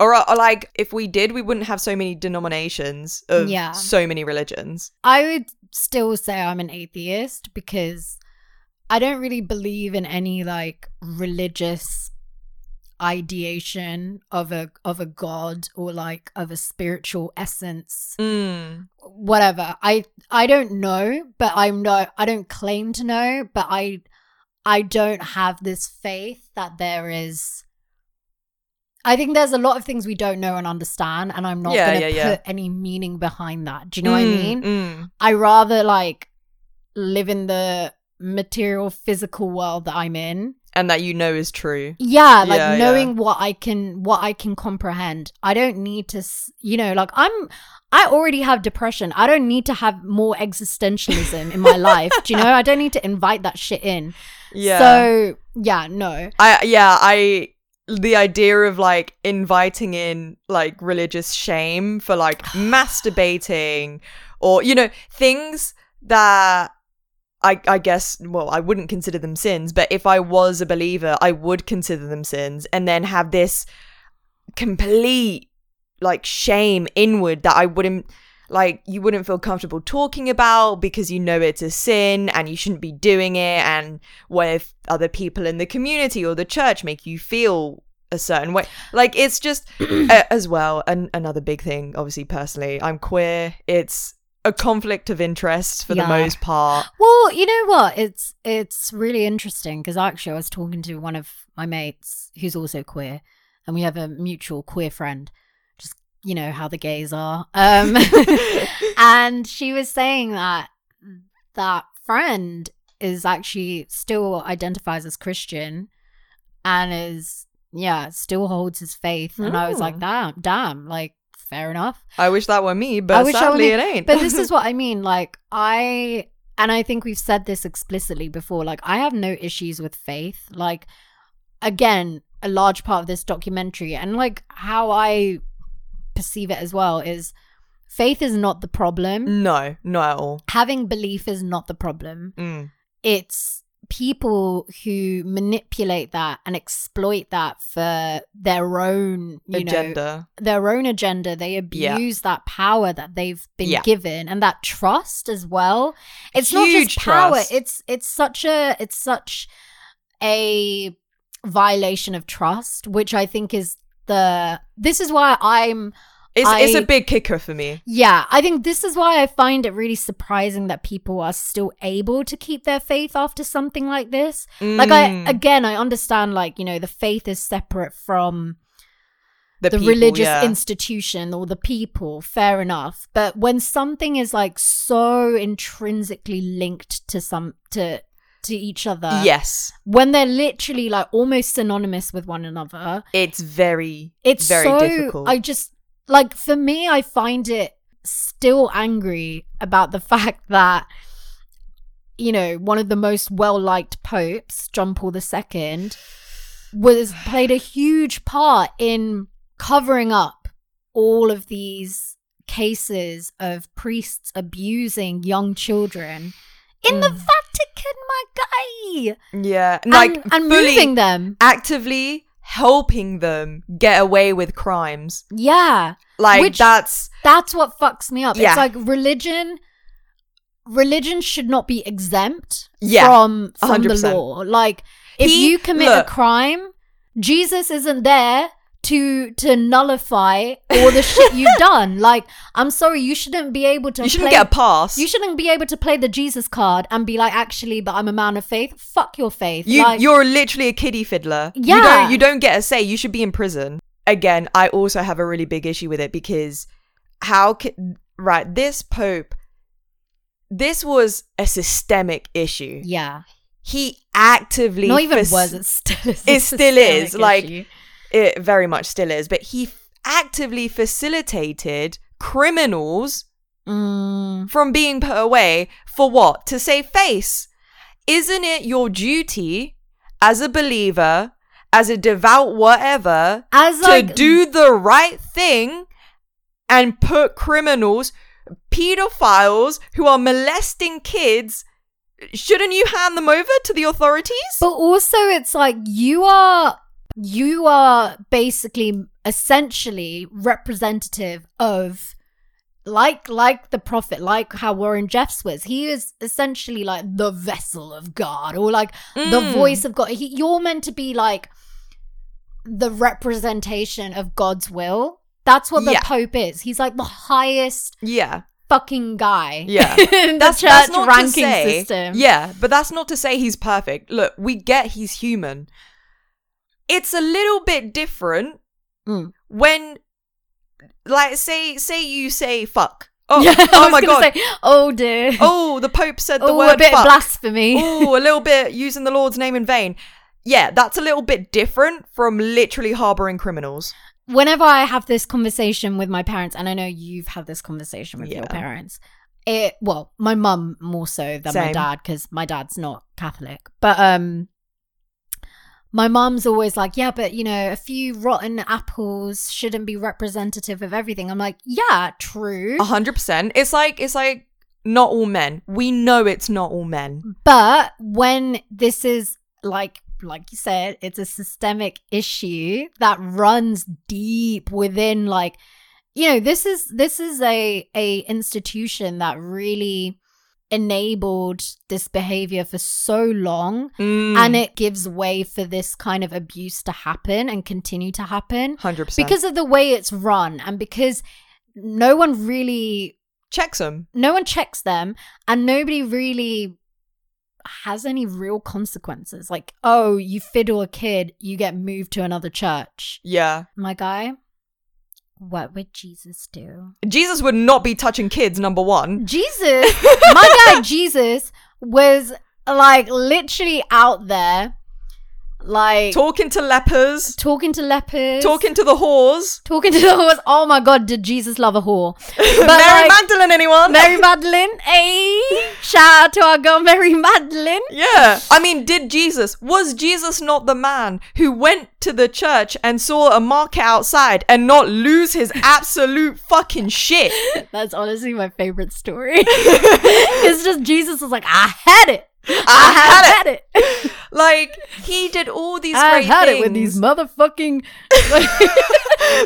[SPEAKER 2] Or, or like if we did, we wouldn't have so many denominations of
[SPEAKER 1] Yeah.
[SPEAKER 2] so many religions.
[SPEAKER 1] I would still say I'm an atheist because I don't really believe in any like religious ideation of a of a god or like of a spiritual essence
[SPEAKER 2] Mm.
[SPEAKER 1] whatever i i don't know but i'm not i don't claim to know but i i don't have this faith that there is i think there's a lot of things we don't know and understand and i'm not
[SPEAKER 2] Yeah,
[SPEAKER 1] going
[SPEAKER 2] yeah,
[SPEAKER 1] to
[SPEAKER 2] yeah.
[SPEAKER 1] put any meaning behind that do you know what i
[SPEAKER 2] Mm,
[SPEAKER 1] mean
[SPEAKER 2] mm.
[SPEAKER 1] I rather like live in the material physical world that I'm in.
[SPEAKER 2] And that you know is true.
[SPEAKER 1] Yeah, like
[SPEAKER 2] Yeah,
[SPEAKER 1] knowing what I can what I can comprehend. I don't need to, s- you know, like I'm I already have depression. I don't need to have more existentialism in my life. Do you know? I don't need to invite that shit in.
[SPEAKER 2] Yeah.
[SPEAKER 1] So, yeah, no.
[SPEAKER 2] I yeah, I the idea of like inviting in like religious shame for like masturbating or you know things that I I guess well I wouldn't consider them sins, but if I was a believer, I would consider them sins and then have this complete like shame inward that I wouldn't like you wouldn't feel comfortable talking about because you know it's a sin and you shouldn't be doing it and what if other people in the community or the church make you feel a certain way like it's just uh, as well an- another big thing obviously personally i'm queer it's a conflict of interest for
[SPEAKER 1] Yeah.
[SPEAKER 2] the most part
[SPEAKER 1] Well, you know what? It's it's really interesting because actually I was talking to one of my mates who's also queer, and we have a mutual queer friend. Just Um, you know how the gays are, um, and she was saying that that friend is actually still identifies as Christian and is yeah, still holds his faith. And I was
[SPEAKER 2] Mm.
[SPEAKER 1] like, damn, damn, like fair enough.
[SPEAKER 2] I wish that were me, but
[SPEAKER 1] I wish I were
[SPEAKER 2] sadly
[SPEAKER 1] me,
[SPEAKER 2] it ain't.
[SPEAKER 1] But this is what I mean. Like I and I think we've said this explicitly before. Like I have no issues with faith. Like again, a large part of this documentary and like how I perceive it as well is faith is not the problem.
[SPEAKER 2] no, not at all.
[SPEAKER 1] Having belief is not the problem.
[SPEAKER 2] Mm.
[SPEAKER 1] It's people who manipulate that and exploit that for their own, you know,
[SPEAKER 2] Agenda.
[SPEAKER 1] their own agenda. They
[SPEAKER 2] Yeah.
[SPEAKER 1] abuse that power that they've been
[SPEAKER 2] Yeah.
[SPEAKER 1] given and that trust as well. It's not
[SPEAKER 2] Huge
[SPEAKER 1] just power.
[SPEAKER 2] trust.
[SPEAKER 1] It's it's such a it's such a violation of trust, which I think is the this is why I'm
[SPEAKER 2] It's, it's
[SPEAKER 1] I-
[SPEAKER 2] a big kicker for me.
[SPEAKER 1] yeah, I think this is why I find it really surprising that people are still able to keep their faith after something like this. Like I
[SPEAKER 2] Mm,
[SPEAKER 1] again, I understand like, you know, the faith is separate from the,
[SPEAKER 2] people,
[SPEAKER 1] religious
[SPEAKER 2] yeah.
[SPEAKER 1] institution or the people, fair enough. But when something is like so intrinsically linked to some to to each other,
[SPEAKER 2] yes,
[SPEAKER 1] when they're literally like almost synonymous with one another,
[SPEAKER 2] it's very
[SPEAKER 1] it's
[SPEAKER 2] very
[SPEAKER 1] so
[SPEAKER 2] difficult.
[SPEAKER 1] I just like for me, I find it still angry about the fact that you know one of the most well liked popes, John Paul II, was played a huge part in covering up all of these cases of priests abusing young children in the
[SPEAKER 2] Mm.
[SPEAKER 1] Vatican, my guy,
[SPEAKER 2] yeah, like
[SPEAKER 1] and, and
[SPEAKER 2] fully
[SPEAKER 1] moving them.
[SPEAKER 2] actively helping them get away with crimes.
[SPEAKER 1] Yeah.
[SPEAKER 2] Like
[SPEAKER 1] Which-
[SPEAKER 2] that's
[SPEAKER 1] That's what fucks me up.
[SPEAKER 2] Yeah.
[SPEAKER 1] It's like religion religion should not be exempt
[SPEAKER 2] Yeah.
[SPEAKER 1] from from the
[SPEAKER 2] 100%.
[SPEAKER 1] law. Like if
[SPEAKER 2] He-
[SPEAKER 1] you commit
[SPEAKER 2] look.
[SPEAKER 1] a crime, Jesus isn't there to to nullify all the shit you've done. Like I'm sorry, you shouldn't be able to
[SPEAKER 2] you shouldn't
[SPEAKER 1] play-
[SPEAKER 2] get a pass.
[SPEAKER 1] you shouldn't be able to play the Jesus card and be like, actually, but I'm a man of faith. Fuck your faith.
[SPEAKER 2] You
[SPEAKER 1] like,
[SPEAKER 2] you're literally a kiddie fiddler. You
[SPEAKER 1] Yeah.
[SPEAKER 2] don't you don't get a say. You should be in prison. Again, I also have a really big issue with it because how ca- right this pope this was a systemic issue.
[SPEAKER 1] yeah.
[SPEAKER 2] He actively
[SPEAKER 1] Not even
[SPEAKER 2] fac-
[SPEAKER 1] was. It still is. a
[SPEAKER 2] it still is,
[SPEAKER 1] systemic
[SPEAKER 2] like,
[SPEAKER 1] issue.
[SPEAKER 2] it very much still is, but he f- actively facilitated criminals
[SPEAKER 1] Mm.
[SPEAKER 2] from being put away for what? To save face. Isn't it your duty as a believer, as a devout whatever,
[SPEAKER 1] as
[SPEAKER 2] to
[SPEAKER 1] like
[SPEAKER 2] do the right thing and put criminals, pedophiles who are molesting kids? Shouldn't you hand them over to the authorities?
[SPEAKER 1] But also, it's like you are you are basically essentially representative of like like the prophet like how warren jeffs was he is essentially like the vessel of god or like the
[SPEAKER 2] Mm.
[SPEAKER 1] voice of god he, you're meant to be like the representation of god's will that's what the
[SPEAKER 2] Yeah.
[SPEAKER 1] pope is he's like the highest
[SPEAKER 2] Yeah.
[SPEAKER 1] fucking guy
[SPEAKER 2] Yeah.
[SPEAKER 1] in
[SPEAKER 2] That's
[SPEAKER 1] the church
[SPEAKER 2] that's not to
[SPEAKER 1] ranking
[SPEAKER 2] say-
[SPEAKER 1] system
[SPEAKER 2] Yeah, but that's not to say he's perfect. Look, we get he's human. It's a little bit different
[SPEAKER 1] Mm.
[SPEAKER 2] when like say say you say fuck. Oh,
[SPEAKER 1] Yeah, I
[SPEAKER 2] oh
[SPEAKER 1] was
[SPEAKER 2] my
[SPEAKER 1] gonna
[SPEAKER 2] god.
[SPEAKER 1] say, oh dear.
[SPEAKER 2] oh, the Pope said the
[SPEAKER 1] Oh,
[SPEAKER 2] word
[SPEAKER 1] a bit
[SPEAKER 2] fuck.
[SPEAKER 1] blasphemy.
[SPEAKER 2] oh, a little bit using the Lord's name in vain. Yeah, that's a little bit different from literally harboring criminals.
[SPEAKER 1] Whenever I have this conversation with my parents, and I know you've had this conversation with your
[SPEAKER 2] Yeah.
[SPEAKER 1] parents, it well, my mum more so than my
[SPEAKER 2] Same.
[SPEAKER 1] dad because my dad's not Catholic, but um, my mum's always like, yeah, but you know, a few rotten apples shouldn't be representative of everything. I'm like, yeah, true,
[SPEAKER 2] A hundred percent. It's like it's like not all men. We know it's not all men.
[SPEAKER 1] but when this is like like you said it's a systemic issue that runs deep within like you know this is this is a a institution that really enabled this behavior for so long Mm.
[SPEAKER 2] Hmm.
[SPEAKER 1] and it gives way for this kind of abuse to happen and continue to happen
[SPEAKER 2] Mm. hundred percent
[SPEAKER 1] because of the way it's run and because no one really
[SPEAKER 2] checks them.
[SPEAKER 1] no one checks them and nobody really has any real consequences like oh you fiddle a kid you get moved to another church
[SPEAKER 2] Yeah.
[SPEAKER 1] my guy What would Jesus do?
[SPEAKER 2] Jesus would not be touching kids, number one.
[SPEAKER 1] Jesus, my guy Jesus was like literally out there, like
[SPEAKER 2] Talking to lepers,
[SPEAKER 1] talking to lepers,
[SPEAKER 2] talking to the whores.
[SPEAKER 1] talking to the horse. Oh my god, did Jesus love a whore? But
[SPEAKER 2] Mary
[SPEAKER 1] like,
[SPEAKER 2] Magdalene, anyone?
[SPEAKER 1] Mary Madeline, hey, shout out to our girl Mary Madeline.
[SPEAKER 2] Yeah. I mean, did Jesus, was Jesus not the man who went to the church and saw a market outside and not lose his absolute fucking shit?
[SPEAKER 1] That's honestly my favorite story. it's just Jesus was like, I had it. I, had, it.
[SPEAKER 2] Like, he did all these
[SPEAKER 1] I
[SPEAKER 2] great
[SPEAKER 1] had
[SPEAKER 2] things.
[SPEAKER 1] it with these motherfucking.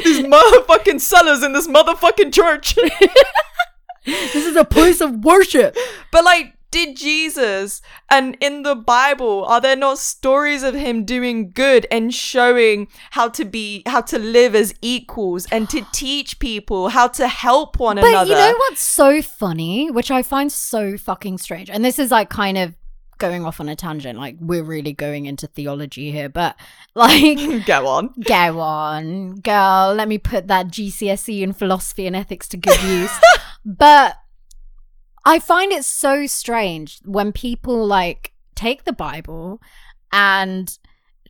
[SPEAKER 2] these motherfucking sellers in this motherfucking church.
[SPEAKER 1] this is a place of worship.
[SPEAKER 2] But like, did Jesus and in the Bible are there not stories of him doing good and showing how to be how to live as equals and to teach people how to help one
[SPEAKER 1] But
[SPEAKER 2] another?
[SPEAKER 1] you know what's so funny, which I find so fucking strange, and this is like kind of going off on a tangent. Like we're really going into theology here, but like,
[SPEAKER 2] Go on.
[SPEAKER 1] go on, girl. Let me put that GCSE in philosophy E and ethics to good use. but I find it so strange when people like take the Bible and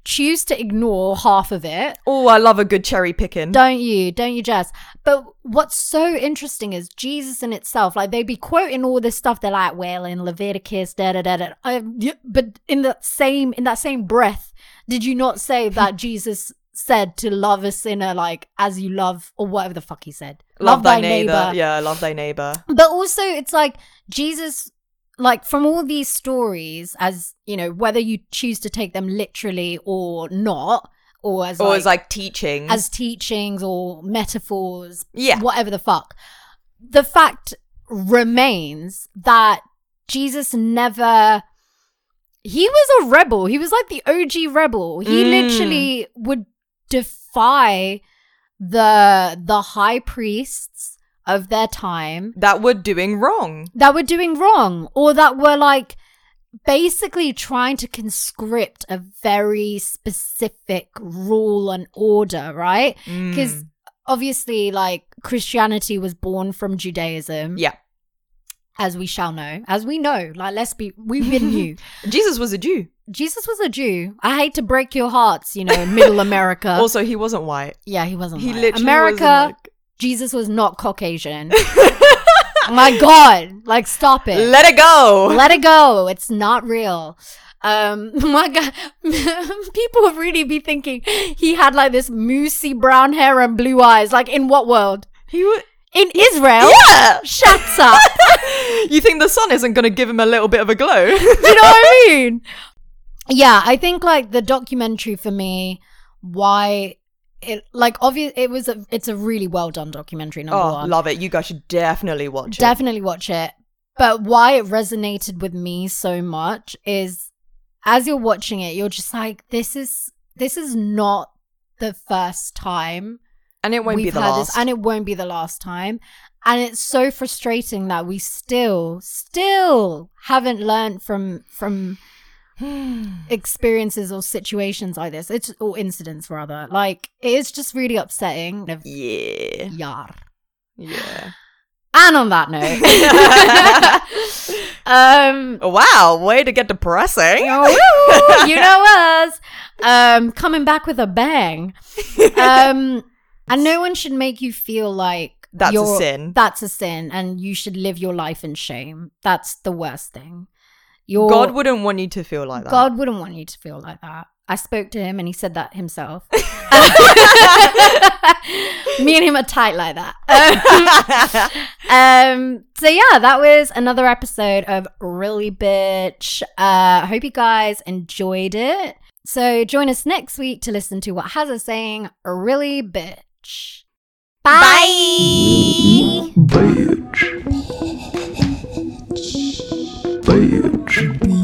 [SPEAKER 1] choose to ignore half of it
[SPEAKER 2] Oh, I love a good cherry picking.
[SPEAKER 1] don't you? Don't you, Jess? But what's so interesting is Jesus in itself, like they be quoting all this stuff. They're like, well, in Leviticus, da da da da. Um, yeah, But in the same in that same breath, did you not say that Jesus said to love a sinner like as you love or whatever the fuck he said?
[SPEAKER 2] Yeah, love thy neighbor.
[SPEAKER 1] But also, it's like Jesus, like from all these stories, as you know, whether you choose to take them literally or not, or as
[SPEAKER 2] or
[SPEAKER 1] like,
[SPEAKER 2] as like teaching.
[SPEAKER 1] as teachings or metaphors,
[SPEAKER 2] Mm. Yeah.
[SPEAKER 1] whatever the fuck. The fact remains that Jesus never. He was a rebel. He was like the OG rebel. He
[SPEAKER 2] Mm.
[SPEAKER 1] literally would defy the the high priests of their time
[SPEAKER 2] that were doing wrong.
[SPEAKER 1] that were doing wrong or that were like basically trying to conscript a very specific rule and order, right? Because
[SPEAKER 2] Mm.
[SPEAKER 1] obviously, like Christianity was born from Judaism,
[SPEAKER 2] Yeah.
[SPEAKER 1] as we shall know, as we know. Like, let's be, we've been new.
[SPEAKER 2] Jesus was a Jew.
[SPEAKER 1] Jesus was a Jew. I hate to break your hearts, you know, middle America.
[SPEAKER 2] also, he wasn't white.
[SPEAKER 1] yeah, he wasn't.
[SPEAKER 2] He
[SPEAKER 1] white.
[SPEAKER 2] literally
[SPEAKER 1] Uh, oh America,
[SPEAKER 2] wasn't like-
[SPEAKER 1] Jesus was not Caucasian. My God, like, stop it.
[SPEAKER 2] Let it go.
[SPEAKER 1] Let it go. It's not real. Um, my God, people would really be thinking he had like this moosey brown hair and blue eyes. Like in what world?
[SPEAKER 2] he was.
[SPEAKER 1] In Israel?
[SPEAKER 2] Yeah.
[SPEAKER 1] Shut up.
[SPEAKER 2] you think the sun isn't going to give him a little bit of a glow?
[SPEAKER 1] Do you know what I mean? Yeah, I think like the documentary for me, why it like obvious it was a it's a really well done documentary number
[SPEAKER 2] oh,
[SPEAKER 1] one.
[SPEAKER 2] love it. You guys should definitely watch it.
[SPEAKER 1] Definitely watch it. But why it resonated with me so much is as you're watching it, you're just like, this is this is not the first time
[SPEAKER 2] and it won't be
[SPEAKER 1] we've
[SPEAKER 2] the
[SPEAKER 1] heard
[SPEAKER 2] last.
[SPEAKER 1] this, and it won't be the last time. And it's so frustrating that we still, still haven't learned from from experiences or situations like this. It's or incidents rather. Like it is just really upsetting.
[SPEAKER 2] yeah.
[SPEAKER 1] Yar.
[SPEAKER 2] Yeah.
[SPEAKER 1] And on that note, um,
[SPEAKER 2] Oh, Wow. Way to get depressing.
[SPEAKER 1] woo, you know us, um, coming back with a bang. Um, and no one should make you feel like
[SPEAKER 2] That's
[SPEAKER 1] you're-
[SPEAKER 2] a sin.
[SPEAKER 1] That's a sin, and you should live your life in shame. That's the worst thing. Your
[SPEAKER 2] God wouldn't want you to feel like that.
[SPEAKER 1] God wouldn't want you to feel like that. I spoke to him, and he said that himself. Me and him are tight like that. Um, um so yeah that was another episode of really bitch uh hope you guys enjoyed it so join us next week to listen to what has us saying really bitch bye.
[SPEAKER 3] Bitch. Bitch.